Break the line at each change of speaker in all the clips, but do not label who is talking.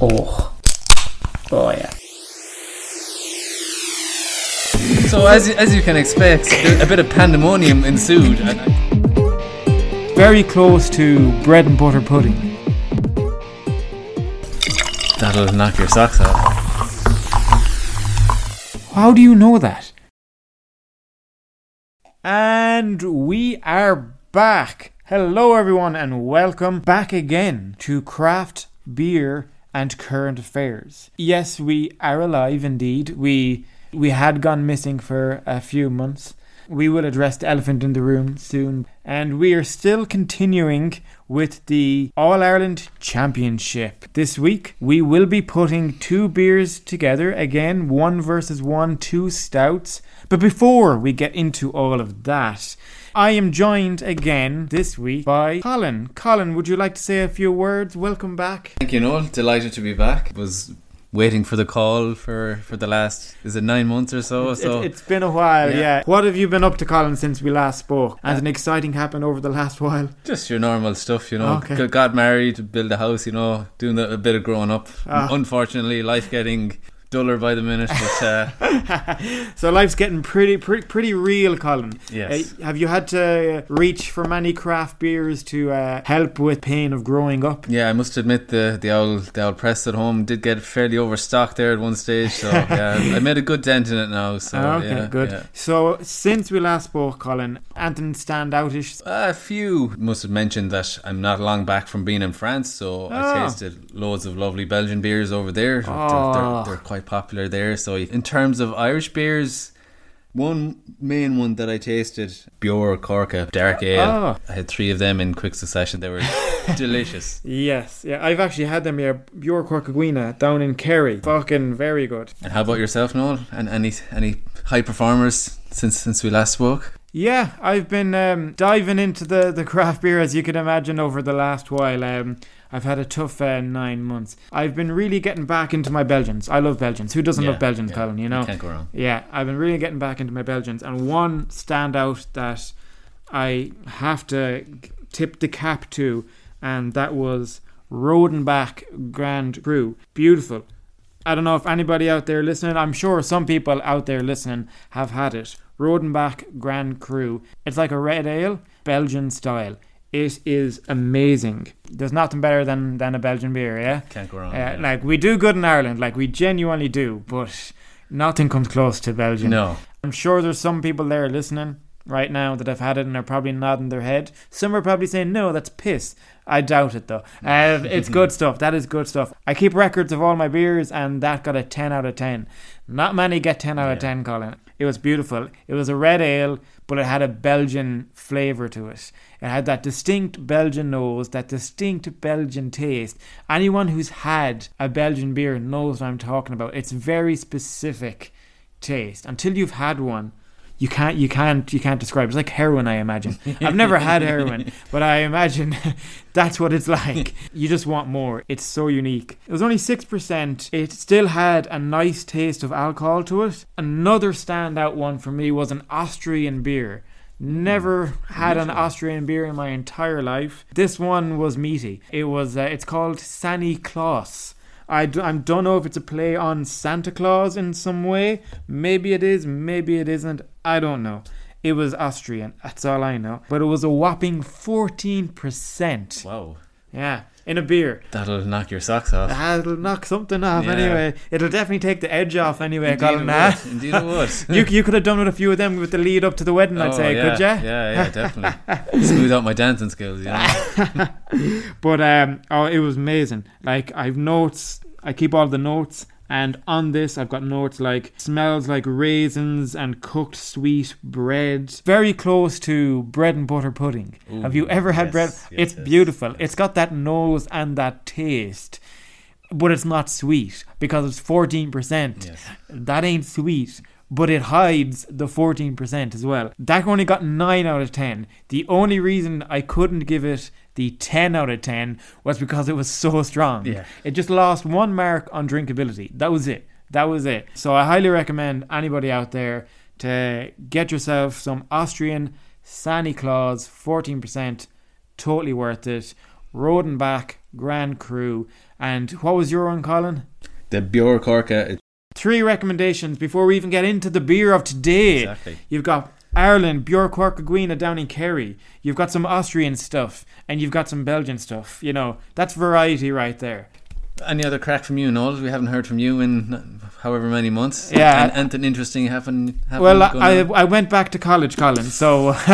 Oh. Oh, yeah. So, as, you- as you can expect, there- a bit of pandemonium ensued. And I-
Very close to bread and butter pudding.
that'll knock your socks off.
How do you know that? And we are back. Hello, everyone, and welcome back again to Craft Beer and Current Affairs. Yes, we are alive indeed. We we had gone missing for a few months. We will address the elephant in the room soon, and we are still continuing with the All Ireland Championship. This week, we will be putting two beers together again, one versus one, two stouts. But before we get into all of that, I am joined again this week by Colin. Colin, would you like to say a few words? Welcome back.
Thank you, Noel. Delighted to be back. Was waiting for the call for, for the last, is it nine months or so? so
it, has been a while, yeah.
Yeah.
What have you been up to, Colin, since we last spoke? And an exciting happened over the last while.
Just your normal stuff, you know.
Okay.
G- Got married, build a house, you know, doing a, a bit of growing up.
Ah.
Unfortunately, life getting duller by the minute, but uh,
so life's getting pretty, pretty, pretty real, Colin.
yes.
Uh, have you had to reach for many craft beers to uh, help with pain of growing up?
Yeah, I must admit the the old the old press at home did get fairly overstocked there at one stage. So yeah, I made a good dent in it now. So
Ah, okay,
Oh, yeah,
good.
yeah.
So since we last spoke, Colin, anything stand outish?
A few must have mentioned that I'm not long back from being in France, so
Ah.
I tasted loads of lovely Belgian beers over there. They're-
Ah.
They're, they're quite popular there. So in terms of Irish beers, one main one that I tasted, Bjor Corca Dark Ale.
Ah.
I had three of them in quick succession. They were delicious.
Yes, yeah, I've actually had them here, Bjor Corcaguina down in Kerry. Fucking very good.
And how about yourself, Noel? And any any high performers since since we last spoke?
Yeah, I've been um, diving into the, the craft beer as you can imagine over the last while. Um, I've had a tough uh, nine months. I've been really getting back into my Belgians. I love Belgians. Who doesn't
Yeah,
love Belgians,
yeah.
Colin? You know.
Can't go wrong.
Yeah, I've been really getting back into my Belgians, and one standout that I have to g- tip the cap to, and that was Rodenbach Grand Cru. Beautiful. I don't know if anybody out there listening, I'm sure some people out there listening have had it. Rodenbach Grand Cru. It's like a red ale, Belgian style. It is amazing. There's nothing better than, than a Belgian beer, yeah?
Can't go wrong.
Uh,
yeah.
like we do good in Ireland, like we genuinely do, but nothing comes close to Belgium.
no.
I'm sure there's some people there listening right now that have had it and are probably nodding their head. Some are probably saying, "No, that's piss." I doubt it though. Uh, it's good stuff. That is good stuff. I keep records of all my beers, and that got a ten out of ten. Not many get ten out of
Yeah.
ten, Colin. It was beautiful. It was a red ale, but it had a Belgian flavor to it. It had that distinct Belgian nose, that distinct Belgian taste. Anyone who's had a Belgian beer knows what I'm talking about. It's very specific taste. Until you've had one, you can't you can't you can't describe. It's like heroin, I imagine. I've never had heroin, but I imagine that's what it's like. You just want more. It's so unique. It was only six percent. It still had a nice taste of alcohol to it. Another standout one for me was an Austrian beer. Never had an Austrian beer in my entire life. This one was meaty. It was. Uh, it's called Sani Klaus. I d- I don't know if it's a play on Santa Claus in some way. Maybe it is, maybe it isn't. I don't know. It was Austrian. That's all I know. But it was a whopping 14%.
Wow.
Yeah, in a beer.
That'll knock your socks off.
That'll knock something off
Yeah.
anyway. It'll definitely take the edge off anyway,
Indeed it
Colin. huh?
would. Indeed it would.
you, you could have done with a few of them with the lead up to the wedding, I'd
Oh,
say,
yeah,
could ya?
Yeah, yeah, definitely. Smooth out my dancing skills, you know.
But um, oh, it was amazing. Like I've notes, I keep all the notes, and on this I've got notes like smells like raisins and cooked sweet bread, very close to bread and butter pudding.
Ooh,
Have you ever had
yes,
bread?
yes,
it's
yes,
beautiful. It's got that nose and that taste, but it's not sweet because it's fourteen percent
Yes.
that ain't sweet. But it hides the 14% as well. That only got 9 out of 10. The only reason I couldn't give it the 10 out of 10 was because it was so strong.
Yeah.
It just lost one mark on drinkability. That was it. That was it. So I highly recommend anybody out there to get yourself some Austrian Sani Claus 14%. Totally worth it. Rodenbach Grand Cru. And what was your one, Colin?
The Bjor Korka.
Three recommendations before we even get into the beer of today.
Exactly.
You've got Ireland, Björk Corcaguina down in Kerry. You've got some Austrian stuff and you've got some Belgian stuff. You know, that's variety right there.
Any other crack from you, Noel? We haven't heard from you in however many months.
Yeah.
And, anything interesting happen? happen
Well,
going
I,
on?
I went back to college, Colin, so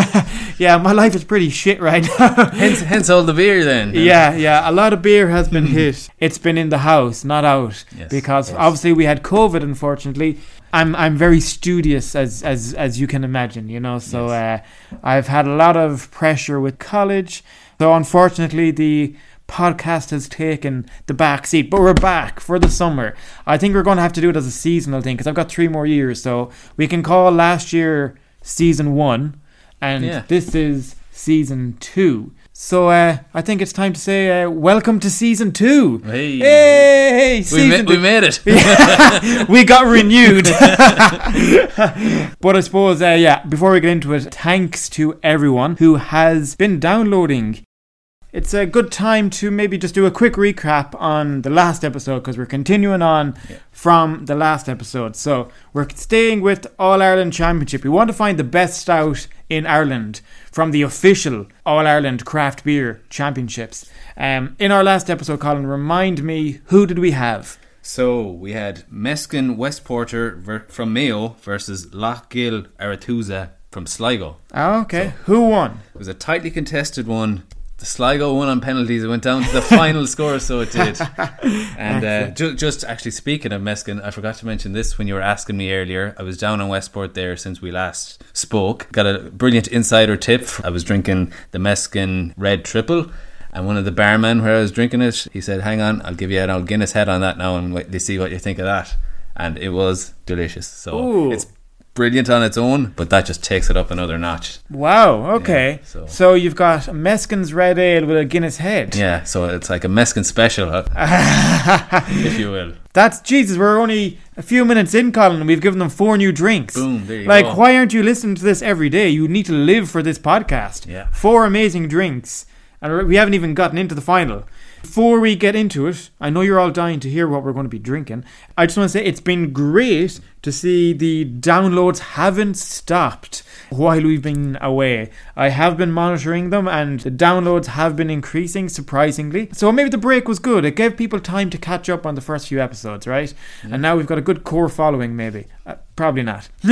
yeah, my life is pretty shit right now.
hence, hence all the beer then.
Yeah, yeah. A lot of beer has been hit. It's been in the house, not out,
Hmm. Yes,
because
yes.
obviously we had COVID. Unfortunately, I'm I'm very studious as as as you can imagine, you know. So uh, I've had a lot of pressure with college. So unfortunately, the podcast has taken the back seat but we're back for the summer i think we're going to have to do it as a seasonal thing because i've got three more years so we can call last year season one and
Yeah.
this is season two. So uh, I think it's time to say uh, welcome to season two.
Hey.
Hey,
We, ma-
season
we made it.
two. we got renewed. but I suppose, uh, yeah, before we get into it, thanks to everyone who has been downloading. It's a good time to maybe just do a quick recap on the last episode because we're continuing on
Yeah.
from the last episode. So we're staying with All Ireland Championship. We want to find the best stout in Ireland from the official All Ireland Craft Beer Championships. Um, in our last episode, Colin, remind me who did we have?
So we had Meskin Westporter ver- from Mayo versus Lochgill Arethusa from Sligo.
Okay, who won?
It was a tightly contested one. The Sligo won on penalties. It went down to the final score, so it did. And uh, ju- just actually speaking of Meskin, I forgot to mention this when you were asking me earlier. I was down on Westport there since we last spoke. Got a brilliant insider tip. I was drinking the Meskin Red Triple. And one of the barmen where I was drinking it, he said, "Hang on, I'll give you an old Guinness head on that now, and wait, to see what you think of that." And it was delicious. So
Ooh.
it's brilliant on its own, but that just takes it up another notch.
Wow, okay.
Yeah, so-
So you've got a Meskin's Red Ale with a Guinness head.
Yeah, so it's like a Mexican special, uh, if you will.
That's Jesus. We're only a few minutes in, Colin, and we've given them four new drinks.
Boom, there you
like,
go.
why aren't you listening to this every day? You need to live for this podcast.
Yeah.
Four amazing drinks, and we haven't even gotten into the final. Before we get into it, I know you're all dying to hear what we're going to be drinking. I just want to say it's been great to see the downloads haven't stopped while we've been away. I have been monitoring them and the downloads have been increasing surprisingly. So maybe the break was good. It gave people time to catch up on the first few episodes, right? And now we've got a good core following, maybe. Uh, probably not.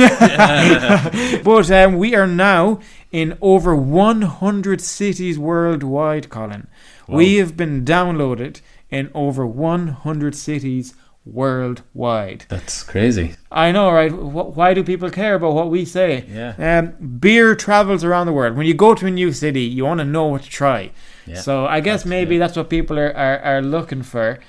but um, we are now in over 100 cities worldwide, Colin. We have been downloaded in over 100 cities worldwide.
That's crazy.
I know, right? Wh- Why do people care about what we say?
Yeah.
Um, beer travels around the world. When you go to a new city, you want to know what to try.
Yeah.
So I guess maybe that's what people are, are, are looking for.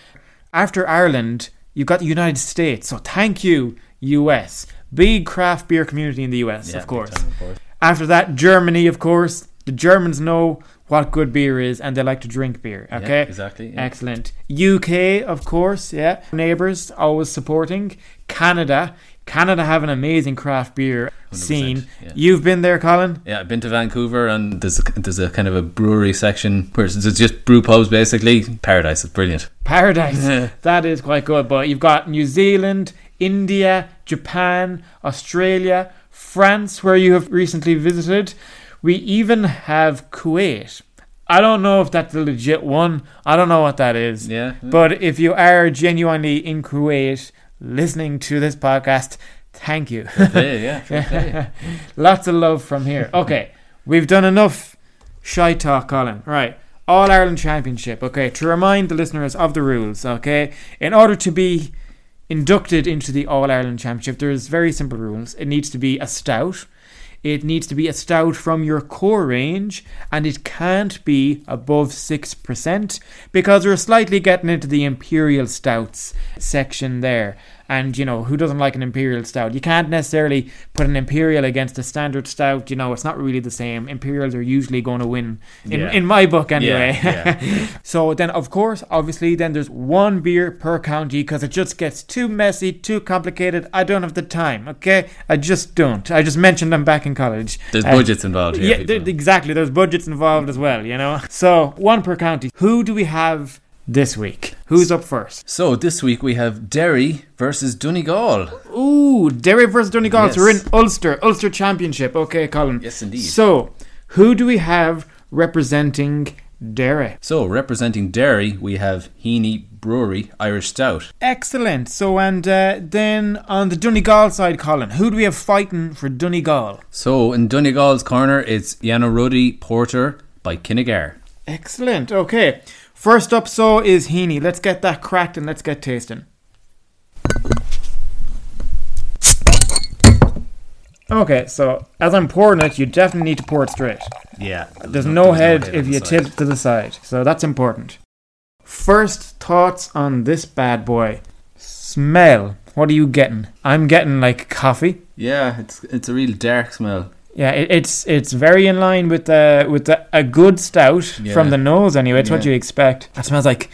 After Ireland, you've got the United States. So thank you, US. Big craft beer community in the US,
Yeah,
of course.
big time, of course.
After that, Germany, of course. The Germans know what good beer is and they like to drink beer.
Yeah,
Okay.
exactly. Yeah.
Excellent. UK, of course, yeah. Neighbours always supporting. Canada. Canada have an amazing craft beer scene.
yeah.
You've been there, Colin?
Yeah, I've been to Vancouver and there's a, there's a kind of a brewery section where it's it's just brew pubs basically. Paradise, it's brilliant.
Paradise. that is quite good. But you've got New Zealand, India, Japan, Australia, France, where you have recently visited. We even have Kuwait. I don't know if that's a legit one. I don't know what that is.
Yeah.
But if you are genuinely in Kuwait listening to this podcast, thank you.
yeah, yeah, fair play.
Lots of love from here. Okay, we've done enough shy talk, Colin. Right. All Ireland Championship. Okay, to remind the listeners of the rules, okay? In order to be inducted into the All Ireland Championship, there is very simple rules. It needs to be a stout. It needs to be a stout from your core range, and it can't be above 6% because we're slightly getting into the imperial stouts section there. And, you know, who doesn't like an imperial stout? You can't necessarily put an imperial against a standard stout. You know, it's not really the same. Imperials are usually going to win, in,
Yeah.
in my book, anyway.
Yeah,
so then, of course, obviously, then there's one beer per county because it just gets too messy, too complicated. I don't have the time. Okay, I just don't. I just mentioned I'm back in college.
There's
Uh,
budgets involved here.
yeah,
people.
there- exactly. There's budgets involved as well, you know. So one per county. Who do we have this week. Who's up first?
So this week we have Derry versus Donegal.
Ooh, Derry versus Donegal. So we're in
Yes.
Ulster, Ulster Championship. Okay, Colin.
Yes, indeed.
So, who do we have representing Derry?
So representing Derry, we have Heaney Brewery Irish Stout.
Excellent. So, and uh, then on the Donegal side, Colin, who do we have fighting for Donegal?
So in Donegal's corner, it's Yana Ruddy Porter by Kinnegar.
Excellent. Okay. First up, so is Heaney. Let's get that cracked and let's get tasting. Okay, so as I'm pouring it, you definitely need to pour it straight.
Yeah,
There's no, head if you tip it to the side, so that's important. First thoughts on this bad boy. Smell. What are you getting? I'm getting like coffee.
Yeah, it's it's a real dark smell.
Yeah, it, it's it's very in line with the with the, a good stout
Yeah.
from the nose anyway. It's what
Yeah.
you expect. It smells like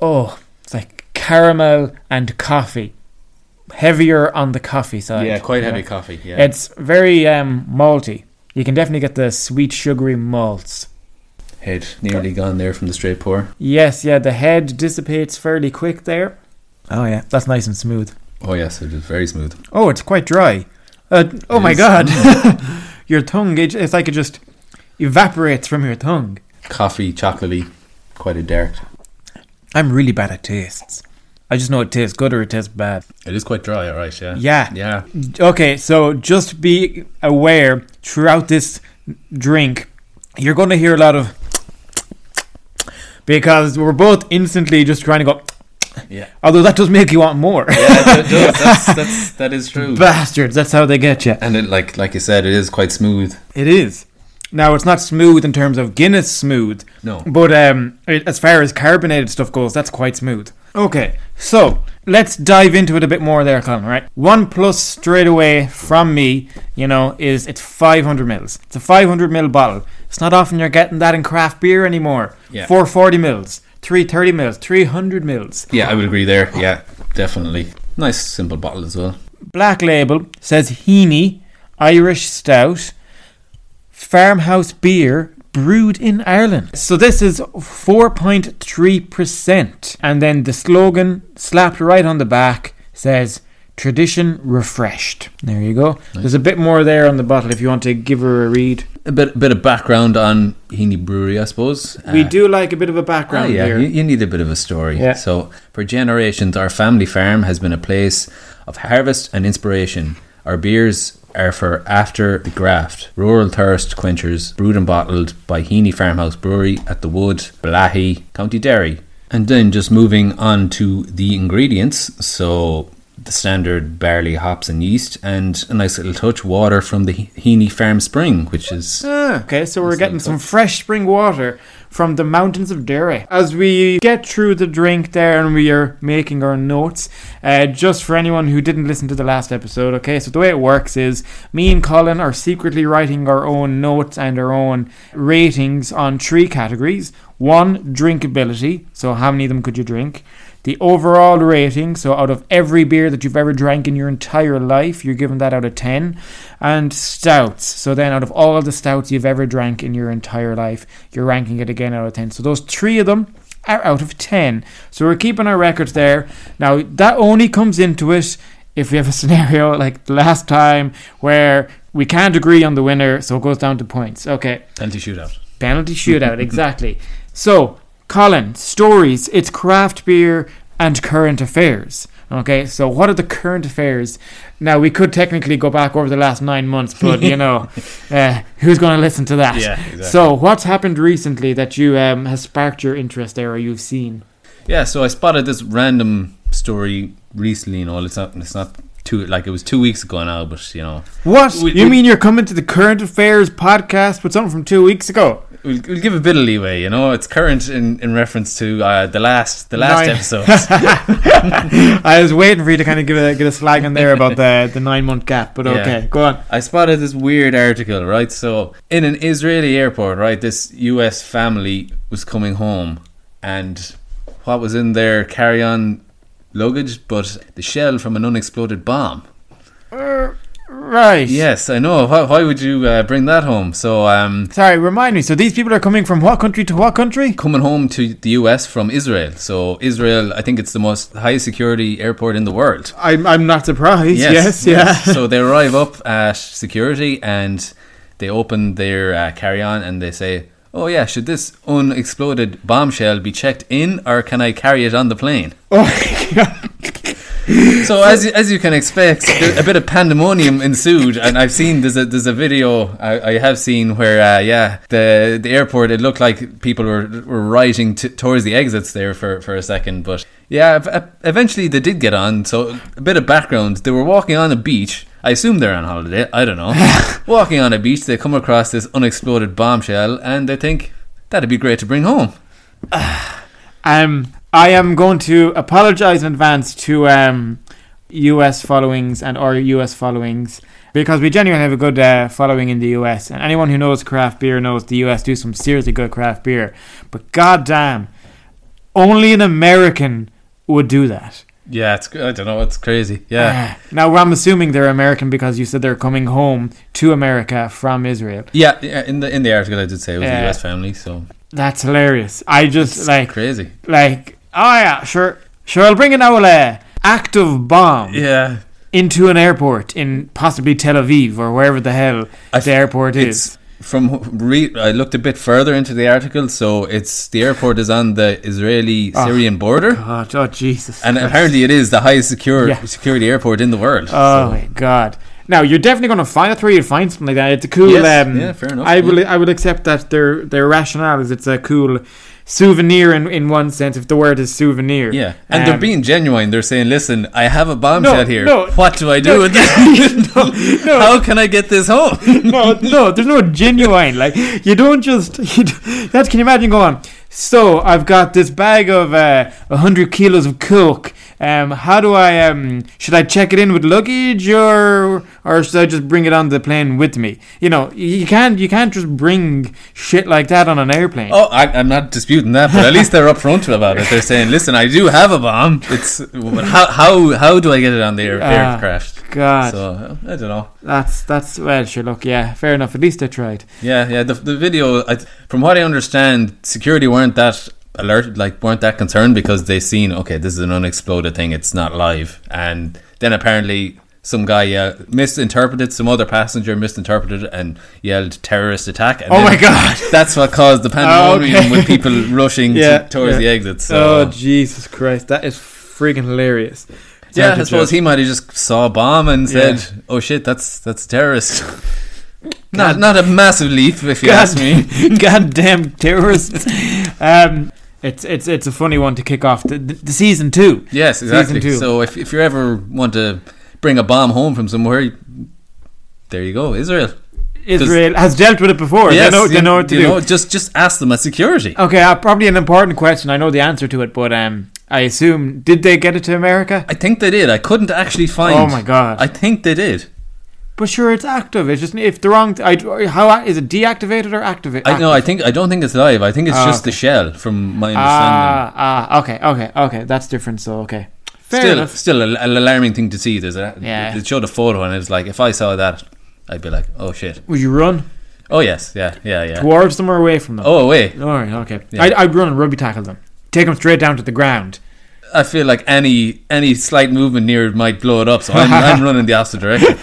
oh, it's like caramel and coffee. Heavier on the coffee side.
yeah, Uh, quite heavy coffee. Yeah,
It's very um, malty. You can definitely get the sweet sugary malts.
head nearly gone there from the straight pour.
Yes, yeah, the head dissipates fairly quick there. Oh yeah, that's nice and smooth.
Oh yes, it is very smooth.
Oh, it's quite dry. Uh, oh
It
my
is.
god, your tongue it, it's like it just evaporates from your tongue.
Coffee, chocolatey, quite a dark.
I'm really bad at tastes. I just know it tastes good or it tastes bad.
It is quite dry, all right. Yeah.
Yeah.
Yeah.
Okay, so just be aware throughout this drink, you're going to hear a lot of because we're both instantly just trying to go.
Yeah.
Although that does make you want more.
yeah it does. That's, that's that is true.
Bastards, that's how they get you.
and it, like like you said, it is quite smooth.
It is. Now it's not smooth in terms of Guinness smooth,
No.
but um, it, as far as carbonated stuff goes, that's quite smooth. Okay, so let's dive into it a bit more there, Colin. Right, one plus straight away from me, you know, is it's 500 mils. It's a 500 mil bottle. It's not often you're getting that in craft beer anymore.
Yeah.
440 mils, 330 mils, 300 mils.
Yeah, I would agree there. Yeah, definitely. Nice simple bottle as well.
Black label says Heaney Irish Stout Farmhouse Beer brewed in Ireland. So this is 4.3%. And then the slogan slapped right on the back says tradition refreshed. There you go. There's a bit more there on the bottle if you want to give her a read.
A bit bit of background on Heaney Brewery, I suppose.
we
Uh,
do like a bit of a
Ah,
background
yeah,
here.
you, you need a bit of a story.
Yeah.
So, for generations, our family farm has been a place of harvest and inspiration. Our beers are for after the graft, rural thirst quenchers, brewed and bottled by Heaney Farmhouse Brewery at the Wood, Blahy, County Derry. And then just moving on to the ingredients. So, the standard barley, hops, and yeast, and a nice little touch water from the He- Heaney Farm Spring, which is
Ah, okay, so we're
That's
getting
not
some fresh spring water from the mountains of Derry. As we get through the drink there and we are making our notes, uh, just for anyone who didn't listen to the last episode, okay, so the way it works is me and Colin are secretly writing our own notes and our own ratings on three categories. One, drinkability, so how many of them could you drink? The overall rating, so out of every beer that you've ever drank in your entire life, you're given that out of 10. And stouts, so then out of all the stouts you've ever drank in your entire life, you're ranking it again out of 10. So those three of them are out of 10. So we're keeping our records there. Now, that only comes into it if we have a scenario like the last time where we can't agree on the winner, so it goes down to points. Okay.
plenty shootout.
Penalty shootout, exactly. So, Colin, stories, it's craft beer and current affairs. Okay, so what are the current affairs? Now, we could technically go back over the last nine months, but you know, uh, who's going to listen to that?
Yeah, exactly.
So, what's happened recently that you um, has sparked your interest there or you've seen?
Yeah, so I spotted this random story recently. You know, it's not it's not two like it was two weeks ago now, but you know,
What?
We-
you
we-
mean you're coming to the current affairs podcast with something from two weeks ago?
we'll, we'll give a bit of leeway. You know, it's current in, in reference to uh, the last the last
Nine.
episode.
I was waiting for you to kind of give a, get a slag on there about the, the nine month gap, but
Yeah.
okay, go on.
I spotted this weird article, right? So in an Israeli airport, right, this U.S. family was coming home, and what was in their carry-on luggage but the shell from an unexploded bomb.
Right.
Yes, I know. Why, why would you uh, bring that home? So, um,
Sorry, remind me. So these people are coming from what country to what country?
coming home to the US from Israel. So, Israel, I think it's the most highest security airport in the world.
I'm, I'm not surprised. Yes, yeah.
so they arrive up at security and they open their uh, carry-on and they say, "Oh yeah, should this unexploded bombshell be checked in, or can I carry it on the plane?"
Oh my God.
So as you, as you can expect, there- a bit of pandemonium ensued, and I've seen there's a there's a video I, I have seen where uh, yeah the the airport it looked like people were were rioting t- towards the exits there for for a second, but yeah, ev- ev- eventually they did get on. So a bit of background: they were walking on a beach. I assume they're on holiday. I don't know. walking on a beach, they come across this unexploded bombshell, and they think that'd be great to bring home.
Um, I am going to apologize in advance to um, U.S. followings and our U.S. followings because we genuinely have a good uh, following in the U.S. and anyone who knows craft beer knows the U.S. do some seriously good craft beer. But goddamn, only an American would do that.
Yeah, it's I don't know. It's crazy. Yeah.
Now I'm assuming they're American because you said they're coming home to America from Israel.
Yeah, yeah, in the in the article I did say it was
Yeah.
a US family, so
That's hilarious. I just like
crazy.
like oh yeah, sure sure I'll bring an owl uh, active bomb
Yeah,
into an airport in possibly Tel Aviv or wherever the hell
I
the
th-
airport is.
it's from wh- re- I looked a bit further into the article, so it's the airport is on the Israeli-Syrian border,
God, Ah. oh Jesus.
and
Christ.
apparently it is the highest secure
Yeah.
security airport in the world.
Oh my god. Now you're definitely going to find. That's where you'd find something like that. It's a cool.
Yes,
um,
yeah, fair enough,
I
yeah.
will. I will accept that their their rationale is it's a cool souvenir in, in one sense, if the word is souvenir.
yeah, and they're
Um,
being genuine. They're saying, "Listen, I have a bombshell here.
no,
what do I do
no,
with this?
no.
How can I get this home?"
no, no, there's no genuine. Like you don't just. You d that can you imagine going. So I've got this bag of uh, hundred kilos of coke. Um, how do I um? Should I check it in with luggage or or should I just bring it on the plane with me? You know, you you can't you can't just bring shit like that on an airplane.
Oh, I, I'm not disputing that, but at least they're upfront about it. They're saying, "Listen, I do have a bomb. It's how how how do I get it on the air,
Ah,
aircraft?"
God,
So I don't know.
that's that's well, sure. Look, yeah, fair enough. At least I tried.
Yeah, yeah. The, the video, I, from what I understand, security weren't that alert, like weren't that concerned because they seen okay, this is an unexploded thing. It's not live, and then apparently some guy uh, misinterpreted, some other passenger misinterpreted and yelled terrorist attack. And
Oh
then
my God.
That's what caused the pandemonium
Okay.
with people rushing to-
Yeah,
towards
yeah.
the exits. So.
Oh Jesus Christ, that is freaking hilarious. It's
yeah,
hard
I
to
suppose
judge.
he might have just saw a bomb and
Yeah.
said, "Oh shit, that's that's a terrorist." not not a massive leap, if you ask me.
goddamn terrorists. um, it's it's it's a funny one to kick off the, the, the season two.
Yes,
Season
exactly.
two.
So if if you ever want to bring a bomb home from somewhere, you- there you go, Israel.
Israel has dealt with it before.
Yes,
they know they
you-
know what to
you
do.
know, just just ask them at security.
Okay, uh, probably an important question. I know the answer to it, but um, I assume did they get it to America?
I think they did. I couldn't actually find.
Oh my god!
I think they did.
but sure, it's active. It's just if the wrong. I, how a- is it deactivated or activated?
I no. I think I don't think it's live. I think it's
Ah,
just
okay.
the shell, from my understanding.
Ah, ah, okay, okay, okay. That's different. So okay, fair
still,
enough.
still a- an alarming thing to see. There's a
Yeah.
They showed a photo, and it's like if I saw that, I'd be like, oh shit.
Would you run
Oh yes, yeah, yeah, yeah.
towards them or away from them?
Oh wait,
All right, okay.
Yeah.
I'd, I'd run and rugby tackle them. Take them straight down to the ground.
I feel like any any slight movement near it might blow it up, so I'm, I'm running the opposite direction.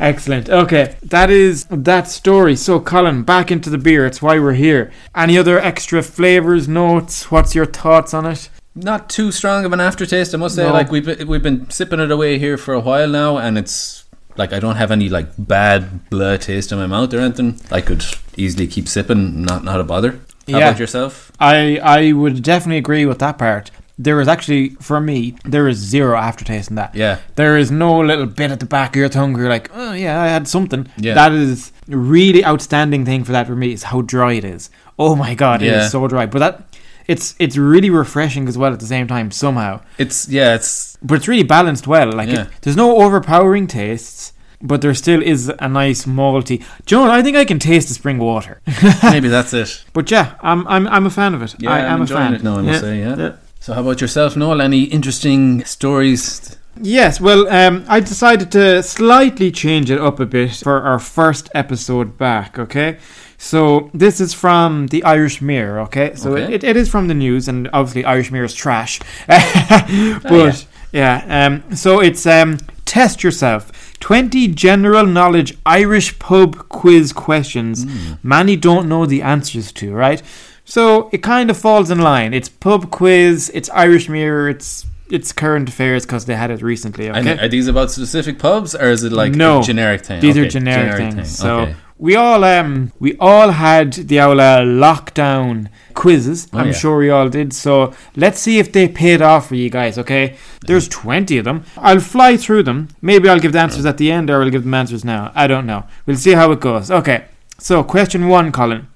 Excellent. Okay, that is that story. So, Colin, back into the beer. It's why we're here. Any other extra flavors, notes? What's your thoughts on it?
Not too strong of an aftertaste, I must say.
No.
Like we've been, we've been sipping it away here for a while now, and it's like I don't have any like bad blur taste in my mouth or anything. I could easily keep sipping, not not a bother. How
Yeah.
about yourself?
I I would definitely agree with that part. There is actually, for me, there is zero aftertaste in that.
Yeah,
There is no little bit at the back of your tongue where you're like, oh yeah, I had something.
Yeah.
That is a really outstanding thing for that for me is how dry it is. Oh my god, it
Yeah.
is so dry. But that it's it's really refreshing as well at the same time somehow.
it's yeah, it's
But it's really balanced well. Like
Yeah.
it, there's no overpowering tastes. But there still is a nice malty. Joan, I think I can taste the spring water.
maybe that's it.
But yeah, I'm I'm I'm a fan of it.
Yeah,
I
I'm
am a
enjoying
fan.
it now. I must
yeah.
say, yeah.
Yeah.
So, how about yourself, Noel? Any interesting stories?
Yes, well, um, I decided to slightly change it up a bit for our first episode back, okay? So, this is from the Irish Mirror, okay? So,
Okay.
It, it is from the news, and obviously, Irish Mirror is trash. but, yeah, um, so it's um, Test Yourself 20 general knowledge Irish pub quiz questions many don't know the answers to, right? So it kind of falls in line. It's pub quiz, it's Irish Mirror, it's it's current affairs because they had it recently. Okay,
And are these about specific pubs, or is it like
No.
a generic thing?
these
Okay,
are generic, things. So
okay.
we all um we all had the old uh, lockdown quizzes.
Oh,
I'm
yeah.
sure we all did. So let's see if they paid off for you guys. Okay, there's 20 of them. I'll fly through them. Maybe I'll give the answers at the end, or I'll give them answers now. I don't know. We'll see how it goes. Okay. So question one, Colin.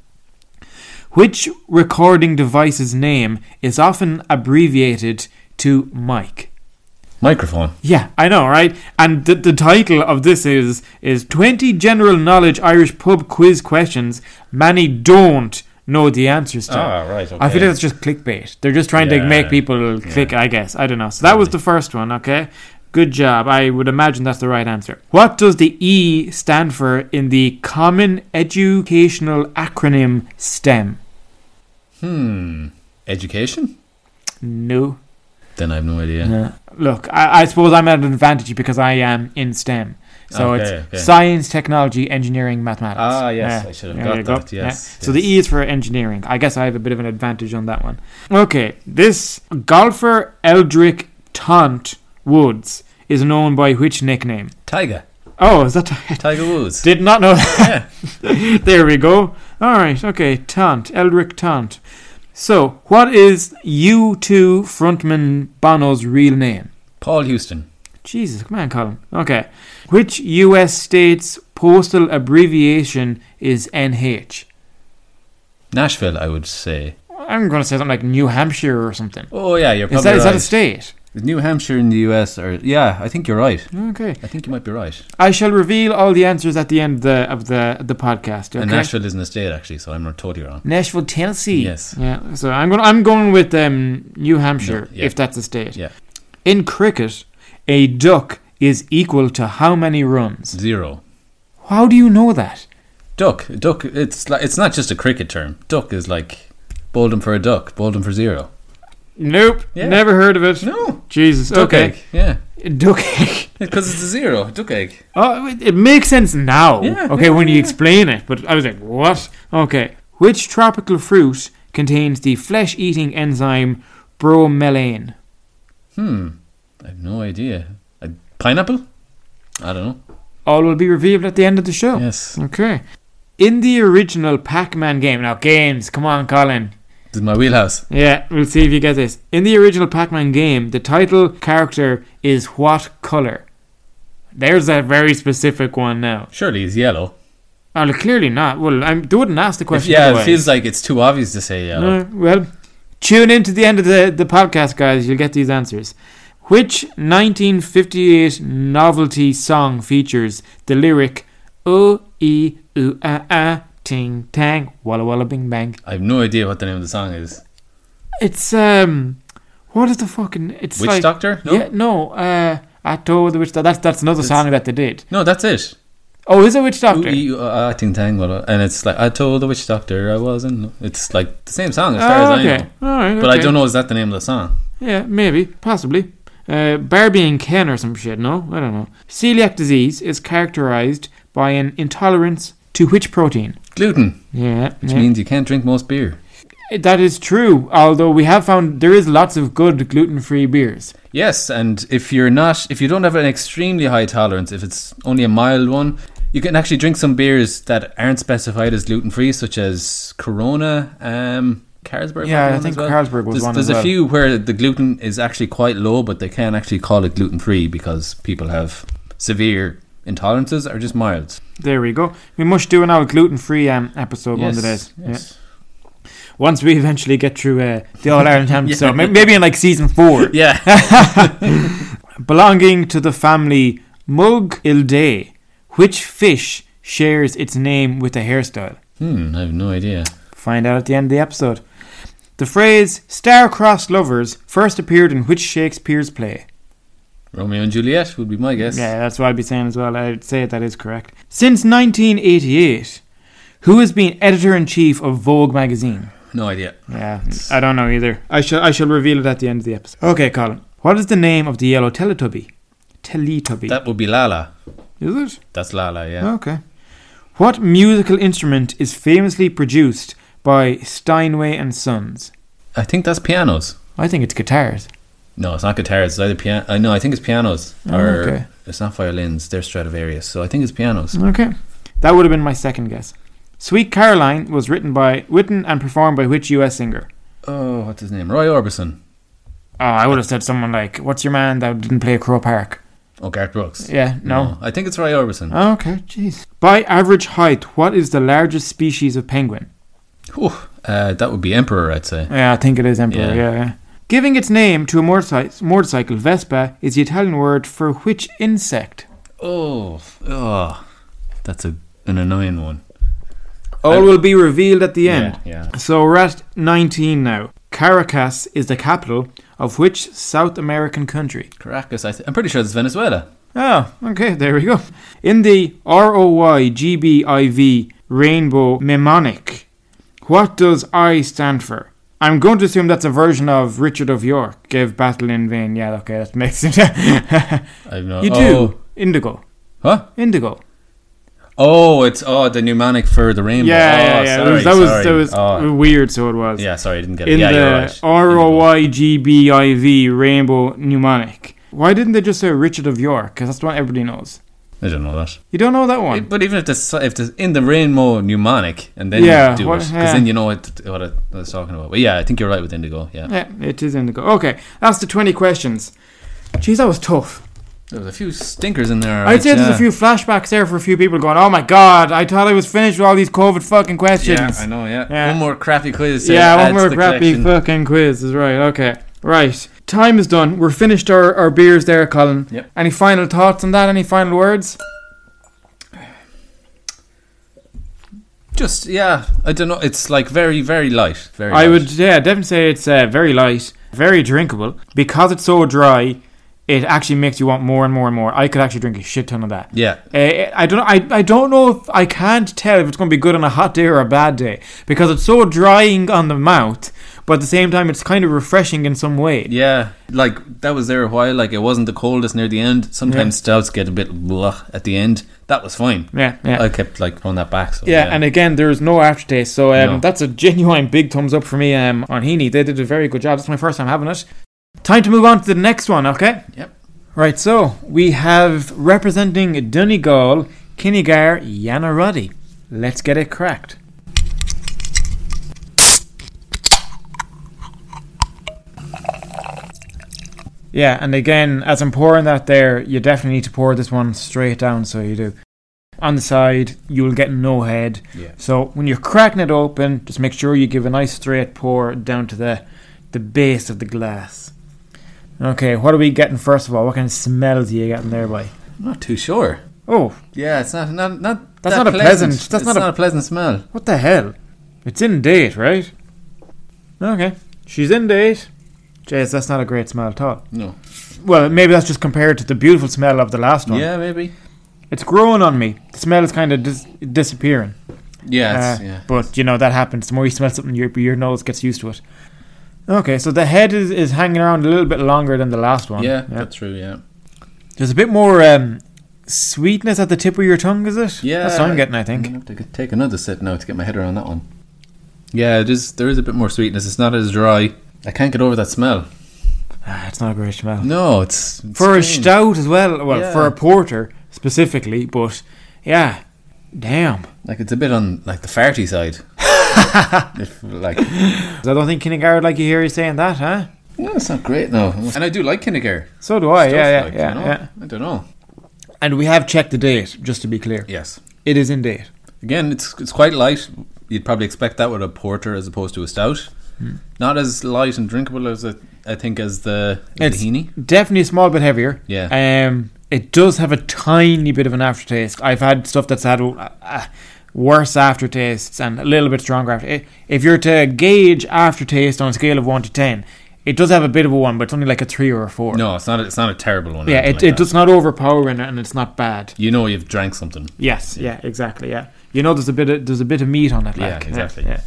Which recording device's name is often abbreviated to mic?
microphone.
Yeah, I know, right? And the, the title of this is is 20 general knowledge Irish pub quiz questions many don't know the answers to.
Ah, right. Okay.
I feel that's just clickbait. They're just trying to
Yeah,
make people click, I guess. I don't know. So that was the first one, okay? Good job. I would imagine that's the right answer. What does the E stand for in the common educational acronym STEM?
hmm. Education?
No.
Then I have no idea.
Yeah. Look, I, I suppose I'm at an advantage because I am in STEM. So
Okay,
it's
okay.
science, technology, engineering, mathematics.
Ah, yes, I should have
there
got
you go.
that, yes,
So the E is for engineering. I guess I have a bit of an advantage on that one. Okay, this golfer Eldrick Taunt Woods is known by which nickname?
Tiger.
Oh, is that?
Tiger Woods.
Did not know that. there we go. All right, okay. Tant, Eldrick Tant. So, what is U2 frontman Bono's real name?
Paul Houston.
Jesus, come on, Colin. Okay. Which US state's postal abbreviation is NH?
Nashville, I would say.
I'm going to say something like New Hampshire or something.
Oh yeah, you're probably
Is that,
right.
is that a state?
Is New Hampshire in the U.S. or yeah? I think you're right.
Okay.
I think you might be right.
I shall reveal all the answers at the end of the, of the, the podcast. Okay?
And Nashville isn't a state actually, so I'm totally wrong.
Nashville, Tennessee.
Yes.
Yeah. So I'm going. I'm going with um, New Hampshire,
No, yeah.
if that's a state.
Yeah.
In cricket, a duck is equal to how many runs?
Zero.
How do you know that?
Duck. Duck. It's like it's not just a cricket term. Duck is like bowled him for a duck, bowled him for zero.
Nope.
Yeah.
Never heard of it.
No.
Jesus.
Duck
okay.
egg. Yeah.
Duck egg.
Because it's a zero. Duck egg.
Oh, it, it makes sense now.
Yeah,
okay,
yeah,
when you explain it, but I was like, what? Okay. Which tropical fruit contains the flesh-eating enzyme bromelain?
Hmm. I have no idea. A pineapple. I don't know.
All will be revealed at the end of the show.
Yes.
Okay. In the original Pac-Man game, now games, come on, Colin.
This is my wheelhouse.
Yeah, we'll see if you get this. In the original Pac-Man game, the title character is what color? There's a very specific one now.
Surely it's yellow.
Oh, look, clearly not. Well, I'm, they wouldn't ask the
If,
question.
yeah, it
otherwise.
feels like it's too obvious to say yellow.
No, well, tune in to the end of the, the podcast, guys. You'll get these answers. Which 1958 novelty song features the lyric "Oh e ooh ah ah ting tang walla walla bing bang"?
I have no idea what the name of the song is.
It's um, what is the fucking? It's
Witch
like
Doctor? No.
yeah, no. Uh, I told the witch doctor. That's that's another
It's-
song that they did.
No, that's it.
Oh, is it witch doctor?
Ooh, ee, ooh, ah, ah, ting, tang, walla. And it's like I told the witch doctor I wasn't. It's like the same song as far
Oh,
as I
okay.
know.
All right,
But I
okay.
don't know is that the name of the song?
Yeah, maybe, possibly. Uh, Barbie and Ken or some shit, no? I don't know. Celiac disease is characterized by an intolerance to which protein?
Gluten,
Yeah,
which
yeah. Eh,
means you can't drink most beer.
that is true. Although we have found there is lots of good gluten-free beers.
Yes, and if you're not, if you don't have an extremely high tolerance, if it's only a mild one, you can actually drink some beers that aren't specified as gluten free, such as Corona, um, Carlsberg. might
Yeah,
be
I
one
think
as well.
Carlsberg was
there's,
one
There's
as
a
well.
few where the gluten is actually quite low, but they can actually call it gluten free because people have severe intolerances or just milds.
There we go. We must do an old gluten-free um, episode one of the days.
Yes,
Yeah.
yes.
Once we eventually get through uh, the All Ireland Ham, so may- maybe in like season four.
Yeah.
Belonging to the family Mug Ildae, which fish shares its name with a hairstyle?
Hmm, I have no idea.
Find out at the end of the episode. The phrase star-crossed lovers first appeared in which Shakespeare's play?
Romeo and Juliet would be my guess.
Yeah, that's what I'd be saying as well. I'd say that is correct. Since 1988, who has been editor in chief of Vogue magazine?
No idea.
Yeah, I don't know either. I shall I shall reveal it at the end of the episode. Okay, Colin. What is the name of the yellow Teletubby? Teletubby.
That would be Lala.
is it?
That's Lala, yeah.
Okay. What musical instrument is famously produced by Steinway and Sons?
I think that's pianos.
I think it's guitars.
No, it's not guitars. It's either piano. Uh, no, I think it's pianos.
Oh,
or
okay.
it's not violins. They're Stradivarius. So I think it's pianos.
Okay. That would have been my second guess. Sweet Caroline was written by written and performed by which US singer?
Oh, what's his name? Roy Orbison.
Oh, I would have said someone like, What's your man that didn't play Crow Park?
Oh, Garth Brooks.
Yeah, no.
I think it's Roy Orbison.
Oh, okay, jeez. By average height, what is the largest species of penguin?
Whew. Uh, that would be Emperor, I'd say.
Yeah, I think it is emperor. Yeah.
Yeah.
yeah. Giving its name to a motorcycle, motorcycle Vespa is the Italian word for which insect?
Oh, oh. That's a, an annoying one.
All will be revealed at the end.
Yeah, yeah.
So we're at 19 now. Caracas is the capital of which South American country?
Caracas, I th- I'm pretty sure it's Venezuela.
Oh, okay, there we go. In the ROYGBIV rainbow mnemonic, what does I stand for? I'm going to assume that's a version of Richard of York gave battle in vain. Yeah, okay, that makes it.
I have no
you do.
oh.
Indigo.
Huh?
Indigo.
Oh, it's oh the mnemonic for the rainbow.
Yeah,
oh,
yeah, yeah.
Sorry,
that was, that was,
sorry.
that was
Oh,
weird, so it was.
yeah, sorry, I didn't get it.
in
yeah, you're
the
right.
ROYGBIV rainbow mnemonic. Why didn't they just say Richard of York? Because that's the one everybody knows.
I don't know that.
You don't know that one.
But even if this, if this in the rainbow mnemonic, and then
Yeah,
you do
what-
it, because
yeah.
then you know what what I what I was talking about. But yeah, I think you're right with indigo. Yeah,
Yeah, it is indigo. Okay, that's the 20 questions. Jeez, that was tough.
there was a few stinkers in there.
I'd
right?
say there's
Yeah.
a few flashbacks there for a few people going, oh my god, I thought I was finished with all these COVID fucking questions.
Yeah, I know. Yeah.
Yeah.
one more crappy quiz. to
Yeah,
add
one
to
more
the
crappy
collection.
fucking quiz is right. Okay, right. Time is done. We're finished our, our beers there, Colin.
Yep.
Any final thoughts on that? Any final words?
Just yeah, I don't know. It's like very very light. Very.
I
light.
would, yeah, definitely say it's uh, very light, very drinkable. Because it's so dry, it actually makes you want more and more and more. I could actually drink a shit ton of that.
Yeah.
Uh, I don't. I, I don't know if I can't tell if it's going to be good on a hot day or a bad day because it's so drying on the mouth, but at the same time it's kind of refreshing in some way.
Yeah, like that was there a while. Like it wasn't the coldest near the end. Sometimes stouts get a bit blah at the end. That was fine.
Yeah, yeah,
I kept like throwing that back. So,
yeah. And again, there is no aftertaste, so um,
No.
that's a genuine big thumbs up for me. Um, on Heaney, they did a very good job. That's my first time having it. Time to move on to the next one. Okay.
Yep.
Right. So we have representing Donegal, Kinnegar, Yanaruddy. Let's get it cracked. Yeah, and again, as I'm pouring that there, you definitely need to pour this one straight down, so you do. On the side, you'll get no head.
Yeah.
So when you're cracking it open, just make sure you give a nice straight pour down to the the base of the glass. Okay, what are we getting first of all? What kind of smells are you getting there by?
I'm not too sure.
Oh,
Yeah, it's not not not.
That's
that
not a pleasant-
it's
that's not a-
pleasant smell.
what the hell? It's in date, right? Okay, she's in date. Jeez, that's not a great smell at all.
No.
Well, maybe that's just compared to the beautiful smell of the last one.
Yeah, maybe.
It's growing on me. The smell is kind of dis- disappearing.
Yeah, it's,
Uh,
yeah.
But you know that happens. The more you smell something, your your nose gets used to it. Okay, so the head is, is hanging around a little bit longer than the last one.
yeah, that's true. Yeah,
There's a bit more um, sweetness at the tip of your tongue, is it?
yeah. Mm.
That's what I'm getting, I think.
I'm gonna have to take another sip now to get my head around that one. Yeah, it is. There is a bit more sweetness. It's not as dry. I can't get over that smell.
Ah, it's not a great smell.
No, Mm, it's, it's
for a
strange.
stout as well, well,
Yeah.
for a porter specifically, but yeah, damn.
Like it's a bit on like the farty side. if, like
I don't think Kinnegar would like you hear you saying that, huh?
no, it's not great. No, Oh, and I do like Kinnegar.
So do I,
stuff,
yeah, yeah,
like,
yeah,
you know?
yeah.
I don't know.
And we have checked the date, just to be clear.
Yes.
It is in date.
Again, it's it's quite light. You'd probably expect that with a porter as opposed to a stout.
Hmm.
Not as light and drinkable as it, I think as the, as
It's
the Heaney.
definitely a small bit heavier.
Yeah.
Um, it does have a tiny bit of an aftertaste. I've had stuff that's had a, a, worse aftertastes and a little bit stronger after. If you're to gauge aftertaste on a scale of one to ten, it does have a bit of a one, but it's only like a three or a four.
No, it's not. A, it's not a terrible one. or
Yeah,
anything
it,
like
it
that.
does not overpower and, and it's not bad.
You know, you've drank something.
Yes, yeah, exactly, yeah. You know, there's a bit of there's a bit of meat on it,
Yeah,
like
exactly.
yeah.